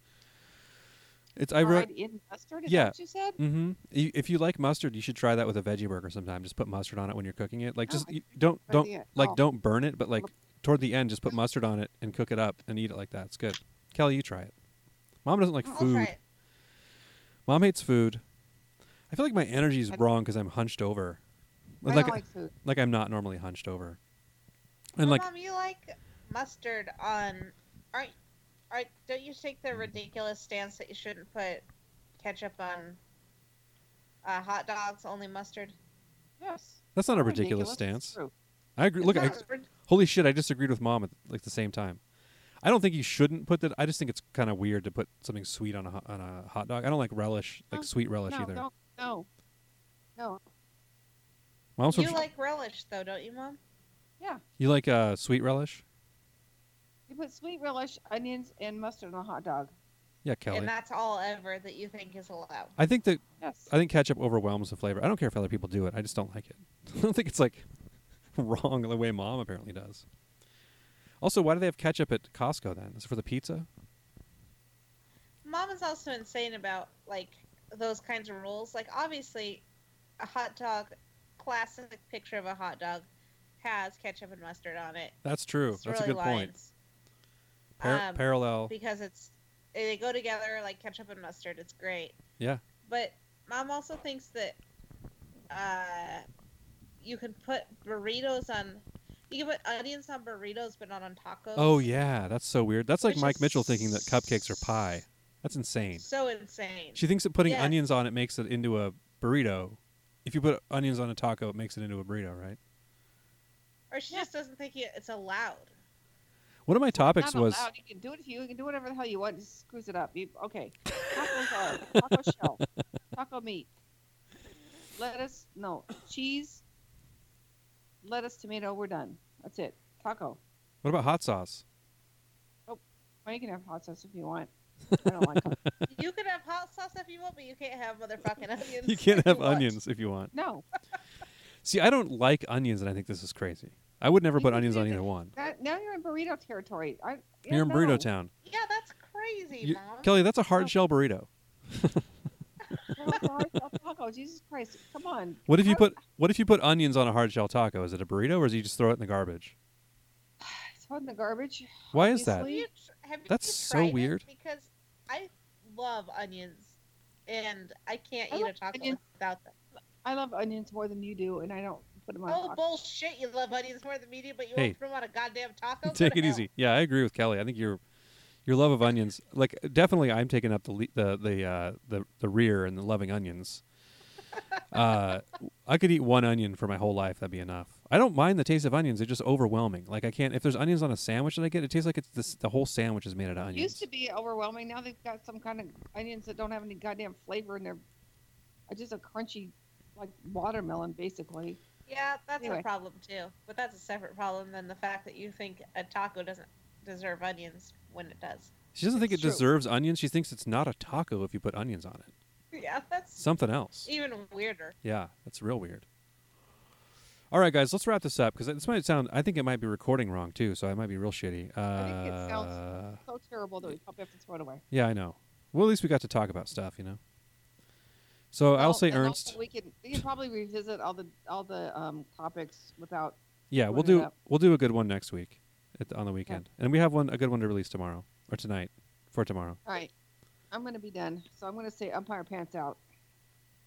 Speaker 1: It's I wrote.
Speaker 2: Fried in mustard. Is
Speaker 1: Yeah.
Speaker 2: That what you said.
Speaker 1: Mm-hmm. If you like mustard, you should try that with a veggie burger sometime. Just put mustard on it when you're cooking it. Like
Speaker 2: Oh,
Speaker 1: just
Speaker 2: I
Speaker 1: you-
Speaker 2: think
Speaker 1: don't
Speaker 2: that's
Speaker 1: don't
Speaker 2: it.
Speaker 1: like
Speaker 2: Oh.
Speaker 1: don't burn it, but like
Speaker 2: Look.
Speaker 1: toward the end, just put mustard on it and cook it up and eat it like that. It's good. Kelly, you try it. Mom doesn't like
Speaker 3: I'll
Speaker 1: food.
Speaker 3: try it.
Speaker 1: Mom hates food. I feel like my energy is
Speaker 2: I-
Speaker 1: wrong because I'm hunched over. Like
Speaker 2: I
Speaker 1: like,
Speaker 2: don't like food.
Speaker 1: I'm not normally hunched over. And
Speaker 3: But
Speaker 1: like
Speaker 3: Mom, you like mustard on? Aren't? Aren't? Don't you take the ridiculous stance that you shouldn't put ketchup on uh, hot dogs? Only mustard.
Speaker 2: Yes.
Speaker 1: that's not a
Speaker 2: It's
Speaker 1: ridiculous
Speaker 2: ridiculous. It's
Speaker 1: stance.
Speaker 2: true.
Speaker 1: I agree.
Speaker 3: It's
Speaker 1: Look,
Speaker 3: not
Speaker 1: I,
Speaker 3: rid-
Speaker 1: holy shit! I disagreed with mom at like the same time. I don't think you shouldn't put that. I just think it's kind of weird to put something sweet on a ho- on a hot dog. I don't like relish, like
Speaker 2: No,
Speaker 1: sweet relish
Speaker 2: No,
Speaker 1: either.
Speaker 2: don't, no, no.
Speaker 1: Mom's from
Speaker 3: you
Speaker 1: Ch-
Speaker 3: like relish though, don't you, Mom?
Speaker 2: Yeah,
Speaker 1: you like uh, sweet relish?
Speaker 2: you put sweet relish, onions, and mustard on a hot dog.
Speaker 1: Yeah, Kelly.
Speaker 3: And that's all ever that you think is allowed.
Speaker 1: I think that
Speaker 2: Yes.
Speaker 1: I think ketchup overwhelms the flavor. I don't care if other people do it. I just don't like it. I don't think it's like wrong the way mom apparently does. Also, why do they have ketchup at Costco then? Is it for the pizza?
Speaker 3: Mom is also insane about like those kinds of rules. Like obviously, a hot dog, classic picture of a hot dog, has ketchup and mustard on it.
Speaker 1: That's true.
Speaker 3: It's
Speaker 1: That's
Speaker 3: really
Speaker 1: a good point.
Speaker 3: lines.
Speaker 1: Par-
Speaker 3: Um,
Speaker 1: parallel.
Speaker 3: because it's they go together like ketchup and mustard. It's great.
Speaker 1: Yeah.
Speaker 3: But mom also thinks that uh, you can put burritos on. You can put onions on burritos, but not on tacos.
Speaker 1: Oh yeah, that's so weird. That's like
Speaker 3: Which
Speaker 1: Mike
Speaker 3: is
Speaker 1: Mitchell thinking that cupcakes are pie. That's insane.
Speaker 3: So insane.
Speaker 1: She thinks that putting
Speaker 3: Yes.
Speaker 1: onions on it makes it into a burrito. If you put onions on a taco, it makes it into a burrito, right?
Speaker 3: or she just doesn't think it- it's allowed.
Speaker 1: One of my topics
Speaker 2: Not
Speaker 1: was
Speaker 2: allowed. You can do it if you, you can do whatever the hell you want. Just screws it up. You, okay. Tacos are taco shell, taco meat, lettuce, no cheese, lettuce, tomato. We're done. That's it. Taco.
Speaker 1: What about hot sauce?
Speaker 2: Well, you can have hot sauce if you want. I don't like. hot-
Speaker 3: You can have hot sauce if you want, but you can't have motherfucking onions.
Speaker 1: You can't
Speaker 3: if
Speaker 1: have
Speaker 3: want.
Speaker 1: onions if you want.
Speaker 2: No,
Speaker 1: See, I don't like onions, and I think this is crazy. I would never
Speaker 3: You
Speaker 1: put
Speaker 3: can
Speaker 1: onions
Speaker 3: do
Speaker 1: on
Speaker 3: that.
Speaker 1: either one.
Speaker 2: that, now you're in burrito territory. I, yeah,
Speaker 1: You're in
Speaker 2: no.
Speaker 1: burrito town,
Speaker 3: Yeah, that's crazy,
Speaker 1: You-
Speaker 3: mom.
Speaker 1: Kelly. That's a hard
Speaker 2: No.
Speaker 1: shell burrito.
Speaker 2: No, it's a hard shell taco. Jesus Christ! Come on.
Speaker 1: What if you
Speaker 2: How-
Speaker 1: put What if you put onions on a hard shell taco? Is it a burrito, or is you just throw it in the garbage?
Speaker 2: Throw it in the garbage.
Speaker 1: Why is
Speaker 2: Obviously.
Speaker 1: that?
Speaker 3: Will you tr- have you
Speaker 1: That's so
Speaker 3: tried it?
Speaker 1: weird.
Speaker 3: Because I love onions, and I can't
Speaker 2: I
Speaker 3: eat a
Speaker 2: love
Speaker 3: taco
Speaker 2: onions.
Speaker 3: without them.
Speaker 2: I love onions more than you do, and I don't put them on.
Speaker 3: Oh
Speaker 2: tacos.
Speaker 3: bullshit! You love onions more than media, but you
Speaker 1: Hey.
Speaker 3: won't put them on a goddamn taco. Go
Speaker 1: Take
Speaker 3: to
Speaker 1: it
Speaker 3: hell.
Speaker 1: easy. Yeah, I agree with Kelly. I think your your love of onions, like definitely, I'm taking up the le- the the uh, the the rear and the loving onions. Uh, I could eat one onion for my whole life. That'd be enough. I don't mind the taste of onions. They're just overwhelming. Like I can't. If there's onions on a sandwich that I get, it tastes like it's this, the whole sandwich is made out of
Speaker 2: It
Speaker 1: onions.
Speaker 2: used to be overwhelming. Now they've got some kind of onions that don't have any goddamn flavor, and they're are just a crunchy, like watermelon, basically.
Speaker 3: Yeah, that's
Speaker 2: Anyway.
Speaker 3: a problem too. But that's a separate problem than the fact that you think a taco doesn't deserve onions when it does.
Speaker 1: She doesn't think it
Speaker 2: It's true.
Speaker 1: deserves onions. She thinks it's not a taco if you put onions on it.
Speaker 3: Yeah, that's
Speaker 1: Something else.
Speaker 3: even weirder.
Speaker 1: Yeah, that's real weird. All right, guys, let's wrap this up because this might sound. I think it might be recording wrong too, so I might be real shitty. Uh,
Speaker 2: think it sounds- So terrible that we probably have to throw it away.
Speaker 1: yeah, I know. Well, at least we got to talk about stuff, you know. So I'll
Speaker 2: Well,
Speaker 1: say
Speaker 2: and also
Speaker 1: Ernst.
Speaker 2: We can we can probably revisit all the all the um, topics without.
Speaker 1: yeah, we'll
Speaker 2: bring it
Speaker 1: do
Speaker 2: up.
Speaker 1: we'll do a good one next week at, on the weekend, and we have one a good one to release tomorrow or tonight for tomorrow.
Speaker 2: All right, I'm gonna be done. So I'm gonna say umpire pants out.